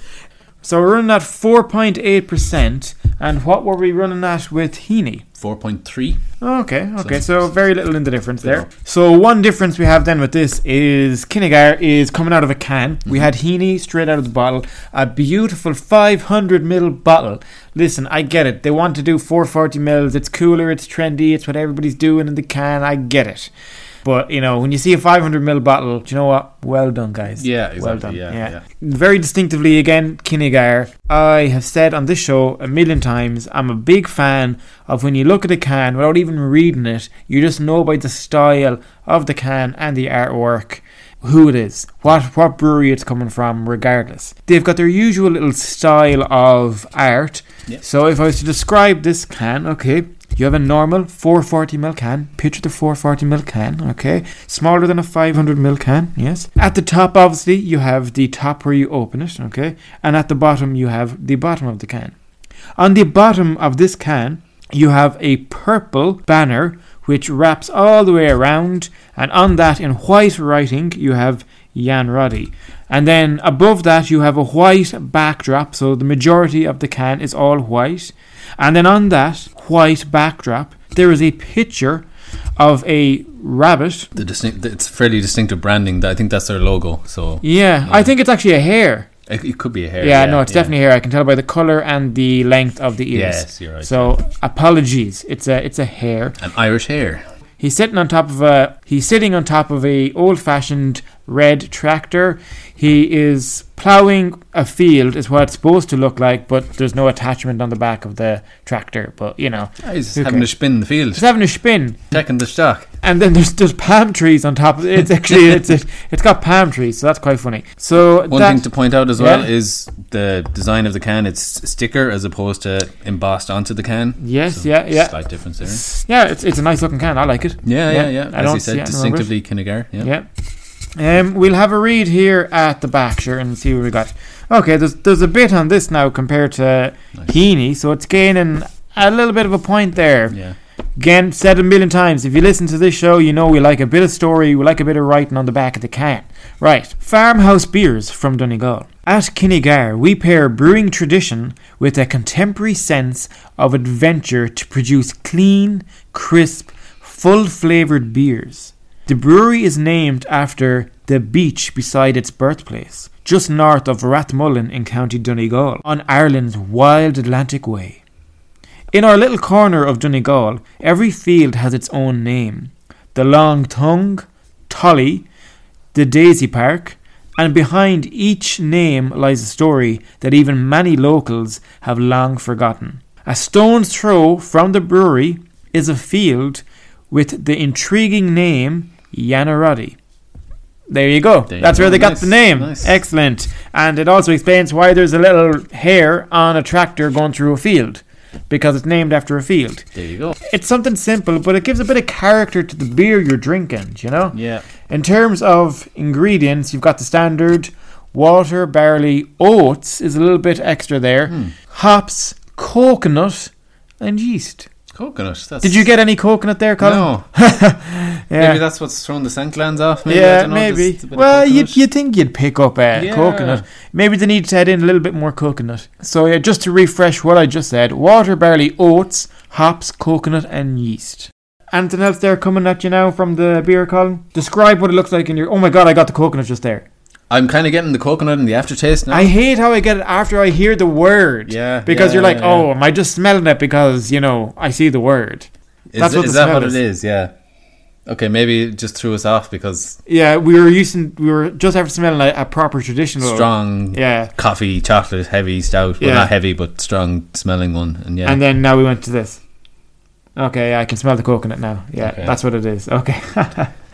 So we're running at four point eight percent, and what were we running at with Heaney?
Four point three.
Okay, okay,
So-
so very little in the difference
Bit
there.
up.
So one difference we have then with this is Kinnegar is coming out of a can. We had
Mm-hmm.
Heaney straight out of the bottle, a beautiful 500 ml bottle. Listen, I get it. They want to do 440 mils. It's cooler. It's trendy. It's what everybody's doing in the can. I get it. But you know, when you see a 500 ml bottle, do you know what? Well done, guys.
Yeah, exactly.
Well done.
Yeah,
Yeah.
yeah.
Very distinctively, again, Kinnegar. I have said on this show a million times, I'm a big fan of when you look at a can without even reading it, you just know by the style of the can and the artwork who it is, what what brewery it's coming from, regardless. They've got their usual little style of art.
Yeah.
So if I was to describe this can, okay, you have a normal 440ml can. Picture the 440ml can, okay? Smaller than a 500ml can, yes? At the top, obviously, you have the top where you open it, okay? And at the bottom, you have the bottom of the can. On the bottom of this can, you have a purple banner which wraps all the way around, and on that, in white writing, you have Jan Roddy. And then above that, you have a white backdrop, so the majority of the can is all white. And then on that white backdrop, there is a picture of a rabbit.
The distinct. It's fairly distinctive branding. I think that's their logo. So
Yeah, I think it's actually a hare.
it, it could be a hair.
Yeah, no, it's definitely a hare. I can tell by the color and the length of the ears.
Yes, you're right.
So apologies, it's a it's a hare.
an Irish hair.
He's sitting on top of a he's sitting on top of a old-fashioned red tractor. He is plowing a field is what it's supposed to look like, but there's no attachment on the back of the tractor, but you know.
Ah, He's
Okay.
having a spin in the field,
He's having a spin.
checking the stock.
And then there's there's palm trees on top of it. It's actually it's it, it's got palm trees, so that's quite funny. So
One
that,
thing to point out as
Yeah.
well is the design of the can. It's sticker as opposed to embossed onto the can.
Yes,
So,
yeah, yeah.
Slight difference there.
Yeah, it's it's a nice looking can. I like it.
Yeah, yeah, yeah.
I
As
don't
you
see
said,
it in the
distinctively Kinnegar. Yeah.
Yeah. Um, we'll have a read here at the back, sure, and see what we got. Okay, there's there's a bit on this now compared to
Nice.
Heaney, so it's gaining a little bit of a point there.
yeah.
Again, said a million times, if you listen to this show, you know we like a bit of story, we like a bit of writing on the back of the can. Right, farmhouse beers from Donegal. At Kinnegar, we pair brewing tradition with a contemporary sense of adventure to produce clean, crisp, full flavoured beers. The brewery is named after the beach beside its birthplace, just north of Rathmullen in County Donegal, on Ireland's wild Atlantic Way. In our little corner of Donegal, every field has its own name. The Long Tongue, Tolly, the Daisy Park, and behind each name lies a story that even many locals have long forgotten. A stone's throw from the brewery is a field with the intriguing name Yanarodi. There you go.
There you
That's
go.
where they got
Nice,
the name.
nice.
Excellent. And it also explains why there's a little hare on a tractor going through a field because it's named after a field.
There you go.
It's something simple, but it gives a bit of character to the beer you're drinking, do you know?
Yeah.
In terms of ingredients, you've got the standard water, barley, oats is a little bit extra there,
Hmm.
hops, coconut, and yeast.
Coconut. That's
Did you get any coconut there, Colin?
No.
Yeah.
Maybe that's what's thrown the scent glands off. Maybe. I
yeah,
don't know,
maybe.
just a bit of
Well,
coconut.
you'd, you'd think you'd pick up uh,
Yeah.
coconut. Maybe they need to add in a little bit more coconut. So, yeah, just to refresh what I just said water, barley, oats, hops, coconut, and yeast. Anything else there coming at you now from the beer column? Describe what it looks like in your. Oh my god, I got the coconut just there.
I'm kind of getting the coconut and the aftertaste now.
I hate how I get it after I hear the word.
Yeah,
Because
yeah,
you're like,
yeah, yeah.
oh, am I just smelling it because, you know, I see the word?
is
that's
it-
what
is
the
that
smell
what
is.
it is? Yeah. Okay, maybe it just threw us off because
Yeah, we were using. We were just after smelling a, a proper traditional.
strong
Yeah.
coffee, chocolate, heavy, stout. Well,
Yeah.
not heavy, but strong smelling one. And yeah.
And then now we went to this. Okay, yeah, I can smell the coconut now. Yeah,
Okay.
that's what it is. Okay.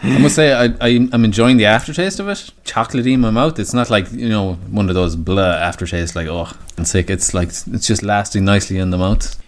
I must say, I, I, I'm enjoying the aftertaste of it. Chocolatey in my mouth. It's not like, you know, one of those blah aftertaste, like, oh, and sick. It's like, it's just lasting nicely in the mouth.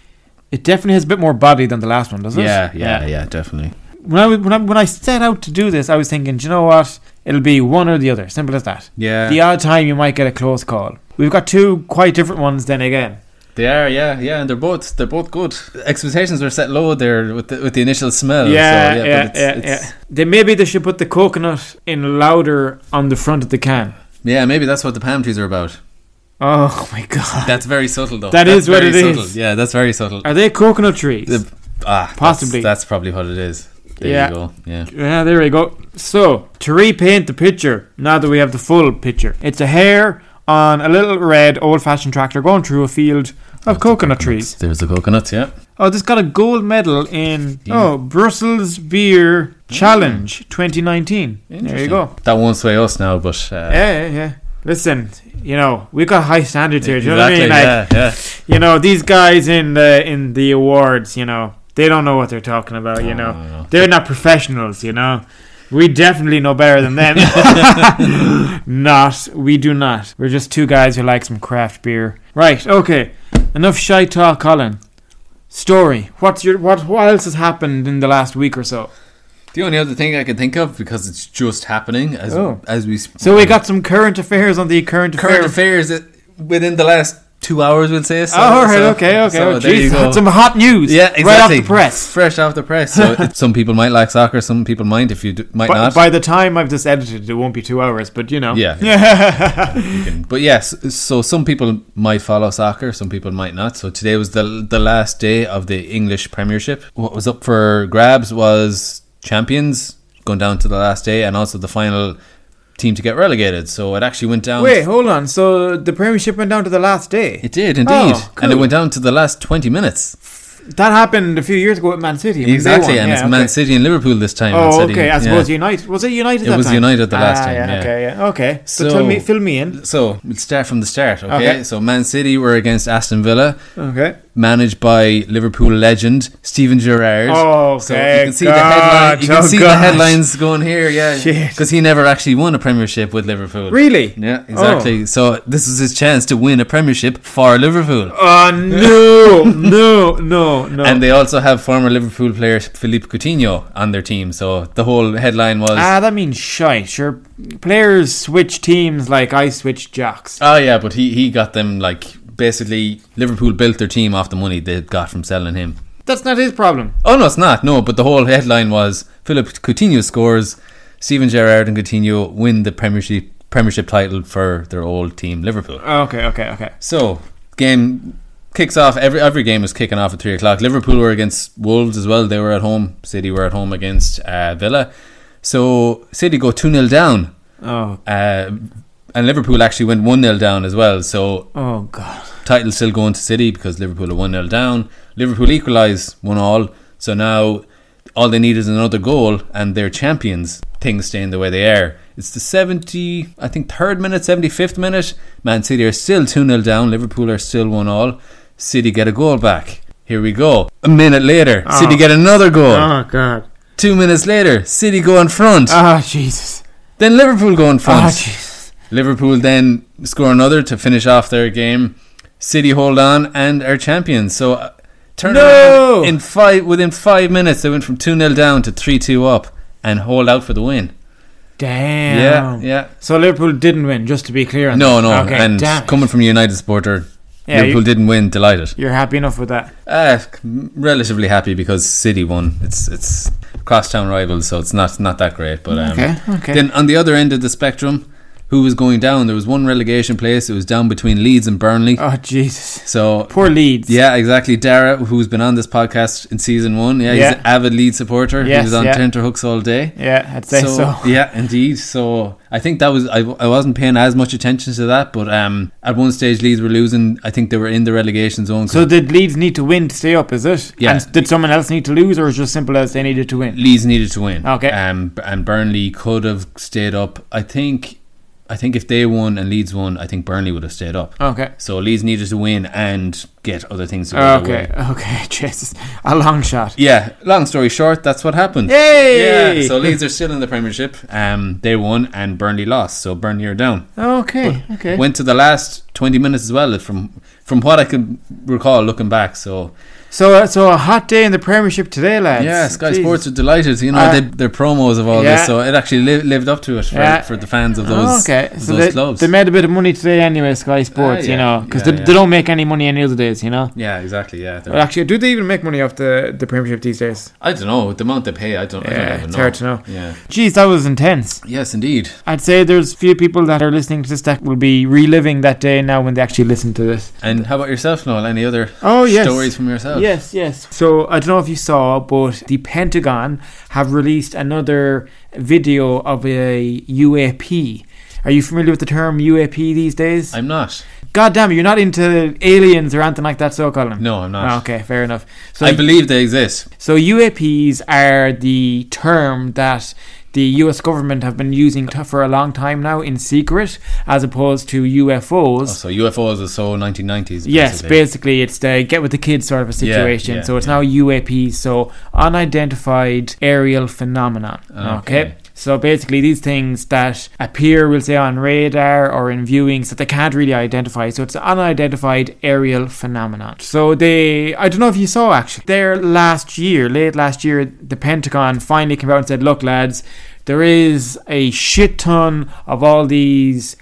It definitely has a bit more body than the last one, does it?
Yeah, yeah, yeah, definitely.
When I, was- when I when I set out to do this, I was thinking, "Do you know what? It'll be one or the other. Simple as that.
Yeah.
The odd time you might get a close call. We've got two quite different ones then again.
They are, yeah, yeah, and they're both they're both good. Expectations were set low there with the, with the initial smell.
yeah,
so, Oh, yeah,
yeah,
but it's,
yeah,
it's-
yeah. They maybe they should put the coconut in louder on the front of the can.
yeah, Maybe that's what the palm trees are about.
Oh my god.
That's very subtle, though.
That
that's
is what
very
it is.
subtle. Yeah, that's very subtle.
Are they coconut trees?
The- ah, that's-
Possibly.
That's, probably what it is. There
Yeah.
you go. Yeah.
Yeah, there we go. So, to repaint the picture, now that we have the full picture, it's a hare on a little red old fashioned tractor going through a field of coconut, trees.
There's the coconuts. Yeah.
Oh, this got a gold medal in
Yeah. Mm.
oh Brussels Beer Challenge 2019. There you
Interesting.
go.
That won't sway us now, but uh,
Yeah, yeah, yeah. Listen, you know, we got high standards here. Do you
exactly.
know what I mean? Like,
yeah, yeah.
you know, these guys in the in the awards, you know, they don't know what they're talking about, you know.
No, no, no.
They're not professionals, you know. We definitely know better than them. not. We do not. We're just two guys who like some craft beer. Right, okay. Enough shy talk, Colin. Story. What's your what what else has happened in the last week or so?
The only other thing I can think of because it's just happening as
Oh.
as we sp-
So we got some current affairs on the current,
current affairs
affairs.
that within the last two hours, we'll say. So,
Oh, all right,
so-
okay, okay.
So
oh,
there you
jeez,
go.
Some hot news.
yeah, exactly.
Right off the press.
fresh off the press. So it- some people might like soccer, some people might. If you do, might
By,
not,
by the time I've just edited, it won't be two hours, but you know.
Yeah. You can- but yes, so some people might follow soccer, some people might not. So today was the the last day of the English Premiership. What was up for grabs was champions going down to the last day, and also the final team to get relegated. So it actually went down.
Wait, hold on. So the Premiership went down to the last day.
It did indeed,
Oh,
and it
cool.
went down to the last twenty minutes
that happened a few years ago with Man City. when they
exactly.
won.
And
Yeah,
it's
okay.
Man City and Liverpool this time.
Oh,
instead of-
okay. I
yeah.
suppose United was it United?
It
that
was
time?
United the last
ah,
time,
Yeah,
yeah.
Okay. Yeah. Okay. So,
So-
tell me, fill me in.
So we'll start from the start. Okay?
Okay.
So Man City were against Aston Villa,
Okay.
managed by Liverpool legend Steven Gerrard.
Oh,
So
okay,
you can see the
God,
headline. You can
oh,
see the
God.
headlines going here, yeah,
Shit.
because he never actually won a Premiership with Liverpool.
Really? Oh.
Yeah, exactly. So this is his chance to win a Premiership for Liverpool.
Oh no, no, no, no.
And they also have former Liverpool player Philippe Coutinho on their team. So the whole headline was,
ah, that means shite. Sure, players switch teams like I switch jocks.
oh yeah, but he he got them like basically Liverpool built their team off the money they got from selling him.
That's not his problem.
Oh no, it's not. No, but the whole headline was Philip Coutinho scores. Steven Gerrard and Coutinho win the Premiership Premiership title for their old team, Liverpool.
Okay. Okay. Okay.
So game kicks off. Every every game is kicking off at three o'clock. Liverpool were against Wolves as well. They were at home. City were at home against uh, Villa. So City go two 0 down,
Oh.
uh, and Liverpool actually went one 0 down as well. So
Oh God.
title still going to City because Liverpool are 1 0 down. Liverpool equalise 1 all. So now all they need is another goal and they're champions. Things staying the way they are. It's the 70, I think, third minute, 75th minute. Man City are still 2 0 down. Liverpool are still 1 all. City get a goal back. Here we go. A minute later,
Oh.
City get another goal.
Oh God.
Two minutes later, City go in front.
Ah Jesus.
Then Liverpool go in front.
Ah Jesus.
Liverpool then score another to finish off their game. City hold on and are champions. So uh, turn
No!
around in five within five minutes they went from two 0 down to three two up and hold out for the win.
Damn.
Yeah, yeah.
So Liverpool didn't win, just to be clear. on
No,
that.
no.
Okay,
and
damn.
coming from a United supporter,
Yeah,
Liverpool
you-
didn't win. Delighted.
You're happy enough with that.
Uh, relatively happy because City won. It's it's crosstown rivals, so it's not not that great. But um,
Okay, okay.
Then on the other end of the spectrum, who was going down? There was one relegation place. It was down between Leeds and Burnley.
oh Jesus.
So
Poor Leeds.
Yeah, exactly. Dara, who's been on this podcast in season one, yeah,
Yeah.
he's an avid lead supporter.
Yes,
he was on
yeah.
tenterhooks all day.
Yeah, I'd say so.
yeah, indeed. So I think that was I, I wasn't paying as much attention to that, but um, at one stage Leeds were losing. I think they were in the relegation zone. 'cause
So did Leeds need to win to stay up? Is it?
Yeah.
And did someone else need to lose, or is it just simple as they needed to win?
Leeds needed to win.
Okay.
Um, and Burnley could have stayed up. I think, I think if they won and Leeds won, I think Burnley would have stayed up.
Okay.
So Leeds needed to win and get other things to go their
Okay.
way.
Okay. Jesus, a long shot.
Yeah. Long story short, that's what happened.
Yay!
Yeah, so Leeds are still in the Premiership. Um, they won and Burnley lost, so Burnley are down.
okay. Okay.
Went to the last twenty minutes as well, from from what I can recall looking back. So
So, uh, so a hot day in the Premiership today, lads.
Yeah, Sky
Jeez.
Sports are delighted. You know,
Uh,
they, their promos of all
yeah.
this, so it actually li- lived up to it for,
Yeah.
for the fans of
Oh,
those,
okay,
of
so
those
they,
clubs.
they made a bit of money today anyway. Sky Sports, you
yeah,
know, because
yeah,
they,
yeah.
they don't make any money any other days, you know.
yeah, exactly. Yeah, they're-
Well, actually, do they even make money off the the Premiership these days?
I don't know the amount they pay. I don't. I
Yeah,
don't even
it's
know.
hard to know.
Yeah.
Jeez, that was intense.
Yes, indeed.
I'd say there's few people that are listening to this that will be reliving that day now when they actually listen to this.
And how about yourself, Noel? Any other
Oh yes,
stories from yourself?
Yes, yes. So I don't know if you saw, but the Pentagon have released another video of a UAP. Are you familiar with the term UAP these days?
I'm not.
God damn it, you're not into aliens or anything like that, so Colin.
No, I'm not.
Ah, okay, fair enough. So
Ah, I believe they exist.
So UAPs are the term that the US government have been using to, for a long time now in secret as opposed to
Oh,
UFOs.
so UFOs are so 1990s.
Yes,
basically.
basically it's the get with the kids sort of a
Yeah,
situation.
yeah,
so it's
yeah.
now UAP, so unidentified aerial phenomenon. Okay.
Okay.
So basically these things that appear we'll say on radar or in viewings that they can't really identify. So it's unidentified aerial phenomenon. So they I don't know if you saw actually there last year, late last year, the Pentagon finally came out and said, Look lads, there is a shit ton of all these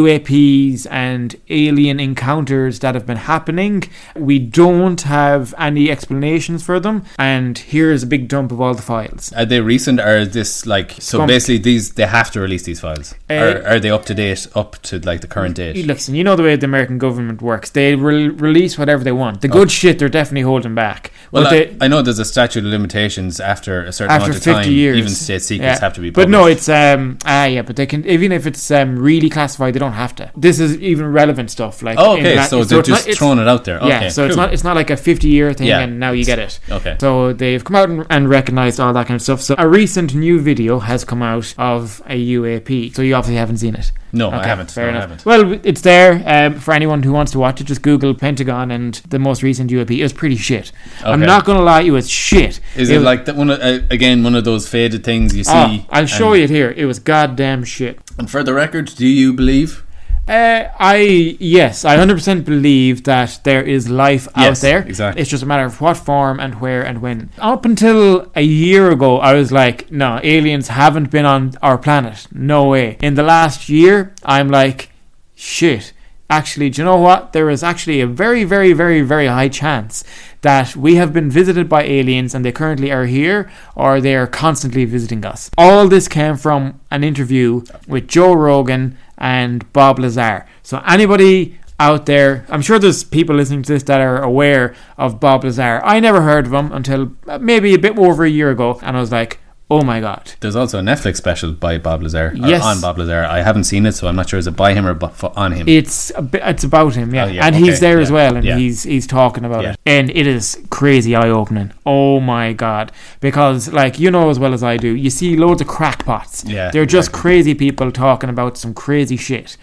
UAPs and alien encounters that have been happening. We don't have any explanations for them, and here's a big dump of all the files.
Are they recent or is this like so?
Scum.
Basically, these they have to release these files.
Uh,
are, are they up to date? Up to like the current date?
Listen, you know the way the American government works. They re- release whatever they want. The good shit they're definitely holding back.
Oh. Well,
but
I,
they,
I know there's a statute of limitations after a certain
after
amount of
50
time.
years,
Even state secrets
Yeah.
have to be
But
published.
no, it's um ah yeah, but they can even if it's um really classified, they don't have to. This is even relevant stuff. Like
Oh,
in
okay,
that-
so they're
it's not-
just
it's-
throwing it out there. Okay,
yeah, so it's
cool.
not it's not like a fifty year thing,
Yeah.
and now you get it.
Okay.
So they've come out and, and recognized all that kind of stuff. So a recent new video has come out of a UAP. So you obviously haven't seen it.
No, I
Okay,
haven't.
Fair
No, I
enough.
haven't.
Well, it's there um, for anyone who wants to watch it. Just Google Pentagon and the most recent UAP. It was pretty shit. I'm
Okay.
not gonna lie, to you, it's shit.
Is it, like that one of, uh, again one of those faded things you see?
Oh, I'll show
and,
you it here. It was goddamn shit.
And for the record, do you believe?
Uh, I yes, I hundred percent believe that there is life
Yes,
out there.
exactly.
It's just a matter of what form and where and when. Up until a year ago, I was like, no, aliens haven't been on our planet. No way. In the last year, I'm like, shit. Actually, do you know what? There is actually a very, very, very, very high chance that we have been visited by aliens and they currently are here or they are constantly visiting us. All this came from an interview with Joe Rogan and Bob Lazar. So, anybody out there. I'm sure there's people listening to this that are aware of Bob Lazar. I never heard of him until uh, maybe a bit over a year ago, and I was like, oh my god.
There's also a Netflix special by Bob Lazar. or
Yes.
on Bob Lazar. I haven't seen it, so I'm not sure is it by him or bu- f- on him.
It's a bit, it's about him, yeah,
Oh, yeah,
and he's
okay,
there as
yeah,
well, and
yeah.
he's he's talking about
Yeah.
it, and it is crazy eye opening. Oh my god! Because like you know as well as I do, you see loads of crackpots.
Yeah,
they're just crazy people talking about some crazy shit.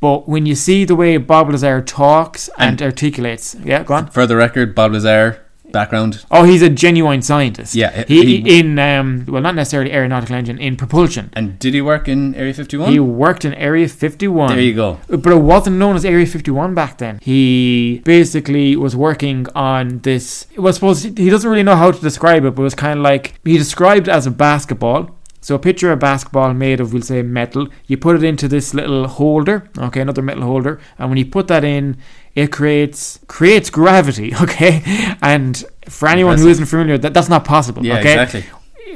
But when you see the way Bob Lazar talks and, articulates, yeah, go on.
for the record, Bob Lazar background.
Oh, he's a genuine scientist.
Yeah,
he,
he-
in um, well, not necessarily aeronautical engine in propulsion.
And did he work in Area 51?
He worked in Area 51.
there you go.
But it wasn't known as Area 51 back then. He basically was working on this. Well, I suppose he doesn't really know how to describe it, but it was kind of like he described it as a basketball. So picture a basketball made of, we'll say, metal. You put it into this little holder, okay, another metal holder, and when you put that in, it creates creates gravity, okay. And for anyone who
Impressive.
isn't familiar, that that's not possible,
Yeah,
okay
exactly.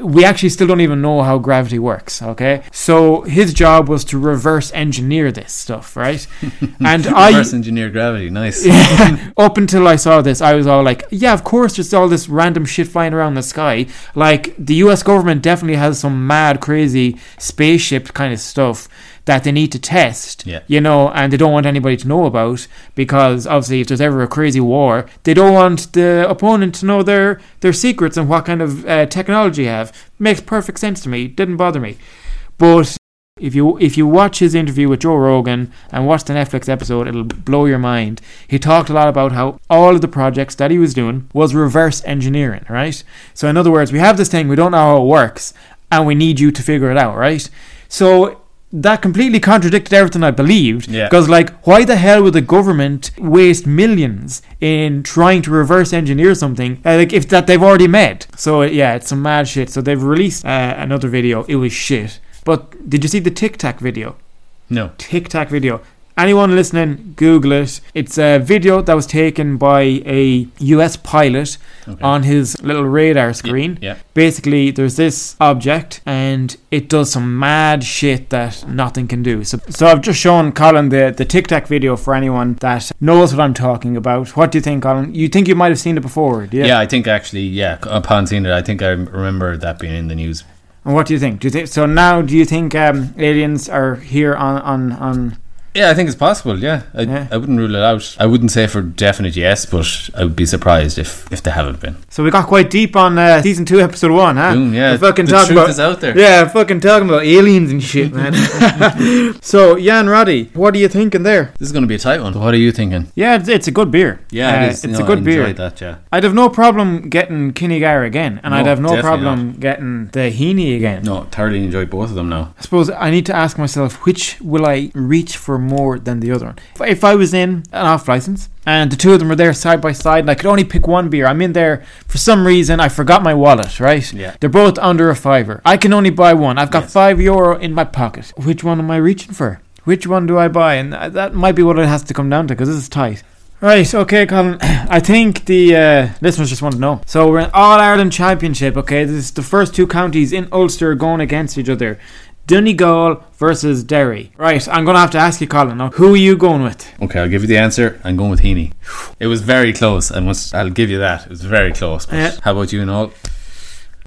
we actually still don't even know how gravity works, okay? So his job was to reverse engineer this stuff, right? And I
Reverse engineer gravity. Nice.
up until I saw this, I was all like, yeah, of course there's all this random shit flying around the sky. Like the US government definitely has some mad crazy spaceship kind of stuff that they need to test.
Yeah.
You know, and they don't want anybody to know about because obviously if there's ever a crazy war, they don't want the opponent to know their their secrets and what kind of uh, technology you have. Makes perfect sense to me. Didn't bother me. But if you if you watch his interview with Joe Rogan and watch the Netflix episode, it'll blow your mind. He talked a lot about how all of the projects that he was doing was reverse engineering, right? So in other words, we have this thing, we don't know how it works, and we need you to figure it out, right? So that completely contradicted everything I believed.
Yeah.
Because, like, why the hell would the government waste millions in trying to reverse engineer something uh, like if that they've already made? So uh, yeah, it's some mad shit. So they've released uh, another video. It was shit. But did you see the Tic Tac video?
No.
Tic Tac video. Anyone listening, Google it. It's a video that was taken by a US pilot
Okay.
on his little radar screen
Yeah.
basically there's this object and it does some mad shit that nothing can do so, so i've just shown colin the, the tic-tac video for anyone that knows what i'm talking about what do you think colin you think you might have seen it before do you?
yeah. I think actually, yeah, upon seeing it, I think I remember that being in the news.
and what do you think do you think so now do you think um, aliens are here on on on
Yeah, I think it's possible. Yeah, I,
Yeah.
I wouldn't rule it out. I wouldn't say for definite yes, but I would be surprised if if they haven't been.
so we got quite deep on uh, season two episode one huh
Boom, yeah,
We're fucking
the
talking
truth
about
is out there.
yeah, fucking talking about aliens and shit, man. so, Jan Roddy, what are you thinking there?
This is going to be a tight one. So what are you thinking?
Yeah, it's, it's a good beer.
Yeah,
Uh,
it is.
it's
No,
a good
I
beer.
Enjoyed that. Yeah.
I'd have no problem getting Kinnegar again, and
No,
I'd have no
definitely
problem getting the Heaney again.
No, thoroughly enjoyed both of them now.
I suppose I need to ask myself which will I reach for more than the other one. If- If I was in an off license and the two of them were there side by side, and I could only pick one beer, I'm in there for some reason. I forgot my wallet, right?
Yeah.
They're both under a fiver. I can only buy one. I've got
Yes.
five euro in my pocket. Which one am I reaching for? Which one do I buy? And tha- that might be what it has to come down to because this is tight. Right, okay, Colin. I think the uh, listeners just want to know. So we're in All Ireland Championship. Okay, this is the first two counties in Ulster going against each other. Donegal versus Derry. Right, I'm going to have to ask you, Colin. Now, who are you going with?
Okay, I'll give you the answer. I'm going with Heaney. It was very close. I must. I'll give you that. It was very close. But
Yeah.
How about you and all?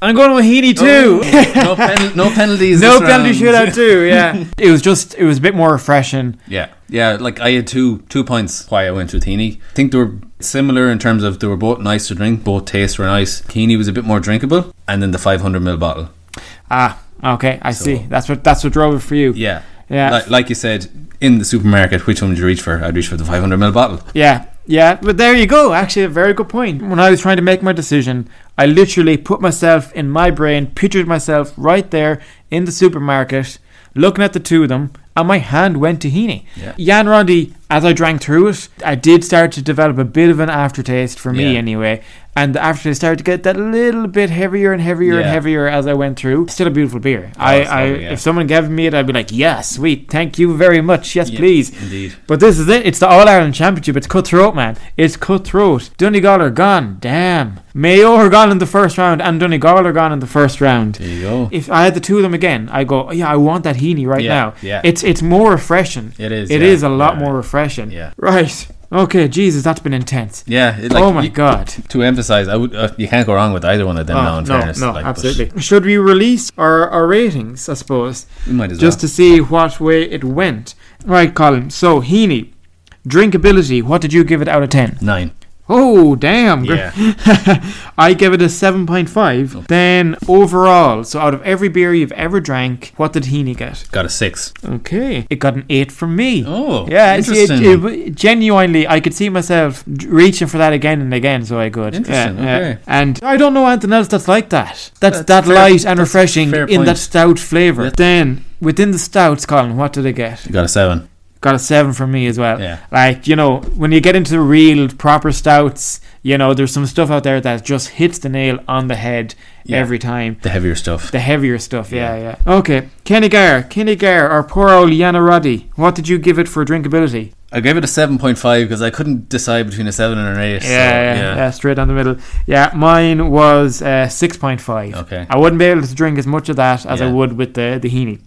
I'm going with Heaney too.
no, pen- no penalties.
no
Oh. this
penalty
round.
shootout too. Yeah, it was just it was a bit more refreshing.
Yeah, yeah. Like I had two two points why I went with Heaney. I think they were similar in terms of they were both nice to drink. Both tastes were nice. Heaney was a bit more drinkable, and then the 500 ml bottle.
Ah, okay, I
So-
see. That's what that's what drove it for you.
Yeah,
Yeah,
Like, like you said in the supermarket, which one would you reach for? I'd reach for the 500 ml bottle.
yeah, yeah. But there you go. Actually, a very good point. When I was trying to make my decision, I literally put myself in my brain, pictured myself right there in the supermarket, looking at the two of them, and my hand went to Heaney.
Yeah.
Jan Rondi, as I drank through it, I did start to develop a bit of an aftertaste for me
Yeah.
anyway. And the aftertaste started to get that little bit heavier and heavier and
Yeah.
heavier as I went through. Still a beautiful beer.
Oh,
I,
it's
I
lovely, yeah.
if someone gave me it, I'd be like, "Yes, sweet, thank you very much. Yes,
Yeah,
please."
Indeed.
But this is it. It's the All Ireland Championship. It's cutthroat, man. It's cutthroat. Donegal are gone. Damn. Mayo are gone in the first round, and Donegal are gone in the first round.
There you go.
If I had the two of them again, I go, oh, yeah, I want that Heaney right
Yeah,
now.
yeah.
It's it's more refreshing.
It is.
It
yeah.
is a lot
Yeah.
more refreshing.
Yeah.
Right. Okay, Jesus, that's been intense.
Yeah. it- like,
oh my
you-
god.
To emphasize, I would. Uh, you can't go wrong with either one of them.
Oh,
now, in
no,
fairness,
no,
Like, but
absolutely. Should we release our, our ratings, I suppose,
You might as
just
well.
to see what way it went? Right, Colin. So, Heaney, drinkability, what did you give it out of 10?
Nine.
Oh, damn. gr-
Yeah.
I give it a 7.5. Then, overall, so out of every beer you've ever drank, what did Heaney get?
Got a six.
Okay. It got an 8 from me.
Oh.
Yeah, it's- it,
Interesting.
it, w- genuinely, I could see myself d- reaching for that again and again, so I could.
Interesting,
Yeah, yeah.
okay.
And I don't know anything else that's like that. That's,
That's
that
fair-
light and
that's
refreshing
fair
in
point.
that stout flavour.
Yeah.
Then, within the stouts, Colin, what did I get?
got a seven.
Got a 7 from me as well.
Yeah.
Like, you know, when you get into the real proper stouts, you know, there's some stuff out there that just hits the nail on the head
Yeah.
every time.
The heavier stuff.
The heavier stuff, yeah, yeah. Okay, Kenny Gare, Kenny Gare, or poor old Yana Roddy, what did you give it for drinkability?
I gave it a 7.5 because I couldn't decide between a 7 and an 8. so,
yeah, yeah, yeah, straight down the middle. Yeah, mine was uh, six point five.
Okay.
I wouldn't be able to drink as much of that as I
Yeah.
would with the the Heaney.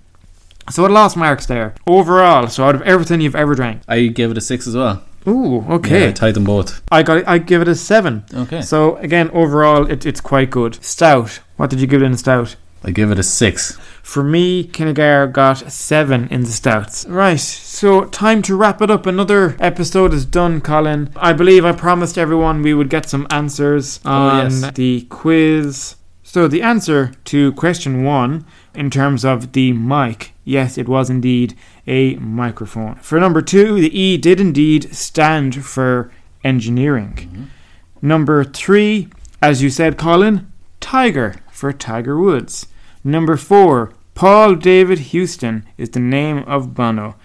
So it lost marks there overall. So out of everything you've ever drank,
I gave it a 6 as well.
ooh,
Yeah,
okay,
I tied them both.
I got I give it a seven.
Okay.
So again, overall, it, it's quite good. Stout. What did you give it in stout?
I give it a 6.
For me, Kinnegar got a seven in the stouts. Right, so time to wrap it up. Another episode is done, Colin. I believe I promised everyone we would get some answers on
yes.
the quiz. So the answer to question one, in terms of the mic, yes, it was indeed a microphone. For number two, the E did indeed stand for engineering. Number three, as you said, Colin, Tiger for Tiger Woods. Number four, Paul David Houston is the name of Bono.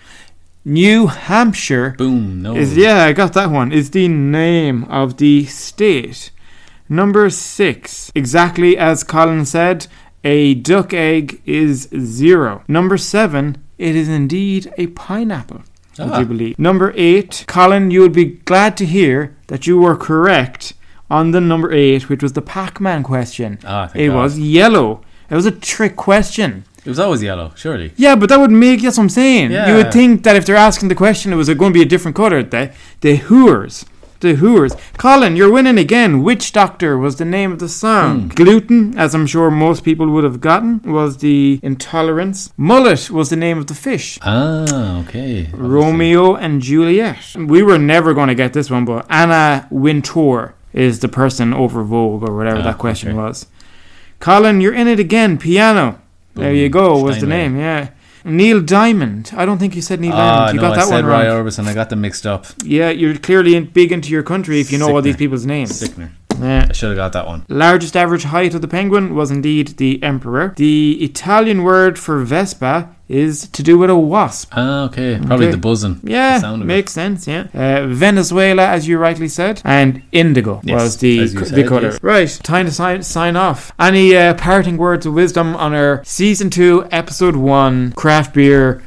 New Hampshire
Boom. No.
is yeah, I got that one. Is the name of the state. Number six. Exactly as Colin said, a duck egg is zero. Number seven. It is indeed a pineapple. Would
Ah.
you believe? Number eight. Colin, you would be glad to hear that you were correct on the number eight, which was the Pac-Man question.
Ah, thank
it
God.
was yellow. It was a trick question.
It was always yellow, surely.
Yeah, but that would make that's what I'm saying. You
Yeah.
would think that if they're asking the question, it was going to be a different color. The the Hooers, the Hooers. Colin, you're winning again. Witch Doctor was the name of the song. Gluten, as I'm sure most people would have gotten, was the intolerance. Mullet was the name of the fish.
Ah, okay. Obviously.
Romeo and Juliet. We were never going to get this one, but Anna Wintour is the person over Vogue or whatever
Ah,
that question
okay.
was. Colin, you're in it again. Piano. There
Boom.
you go. Was the
Steinway.
name? Yeah. Neil Diamond. I don't think you said Neil
Ah,
Diamond. You
no,
got
I
that
said
one wrong.
Roy Orbison. I got them mixed up.
Yeah, you're clearly in, big into your country if you know all these
Sickener.
people's names.
Sickner.
Yeah.
I should have got that one.
Largest average height of the penguin was indeed the emperor. The Italian word for Vespa is to do with a wasp.
Ah, okay. Probably
Okay.
the buzzing. The
Yeah,
sound of
makes sense. Yeah, uh, Venezuela, as you rightly said, and indigo
Yes,
was the
as you
the
said,
color.
yes.
Right, time to sign sign off. Any uh, parting words of wisdom on our season two, episode one, craft beer,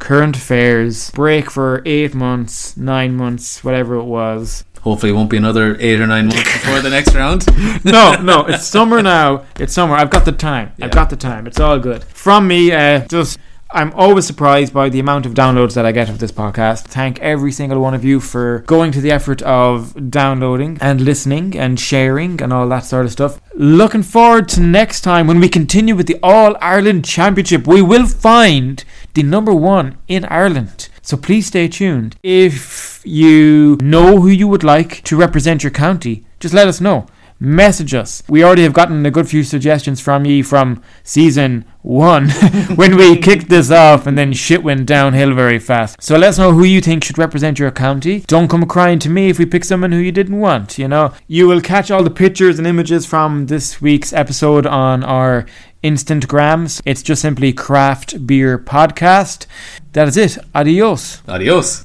current affairs break for eight months, nine months, whatever it was.
it. Hopefully, it won't be another eight or nine months before the next round.
no, no, it's summer now. It's summer. I've got the time.
Yeah.
I've got the time. It's all good. From me, uh, just. I'm always surprised by the amount of downloads that I get of this podcast. Thank every single one of you for going to the effort of downloading and listening and sharing and all that sort of stuff. Looking forward to next time when we continue with the All Ireland Championship. We will find the number one in Ireland. So please stay tuned. If you know who you would like to represent your county, just let us know message us. We already have gotten a good few suggestions from ye from season one when we kicked this off and then shit went downhill very fast. So let us know who you think should represent your county. Don't come crying to me if we pick someone who you didn't want, you know. You will catch all the pictures and images from this week's episode on our Instagrams. It's just simply Craft Beer Podcast. That is it. Adios.
Adios.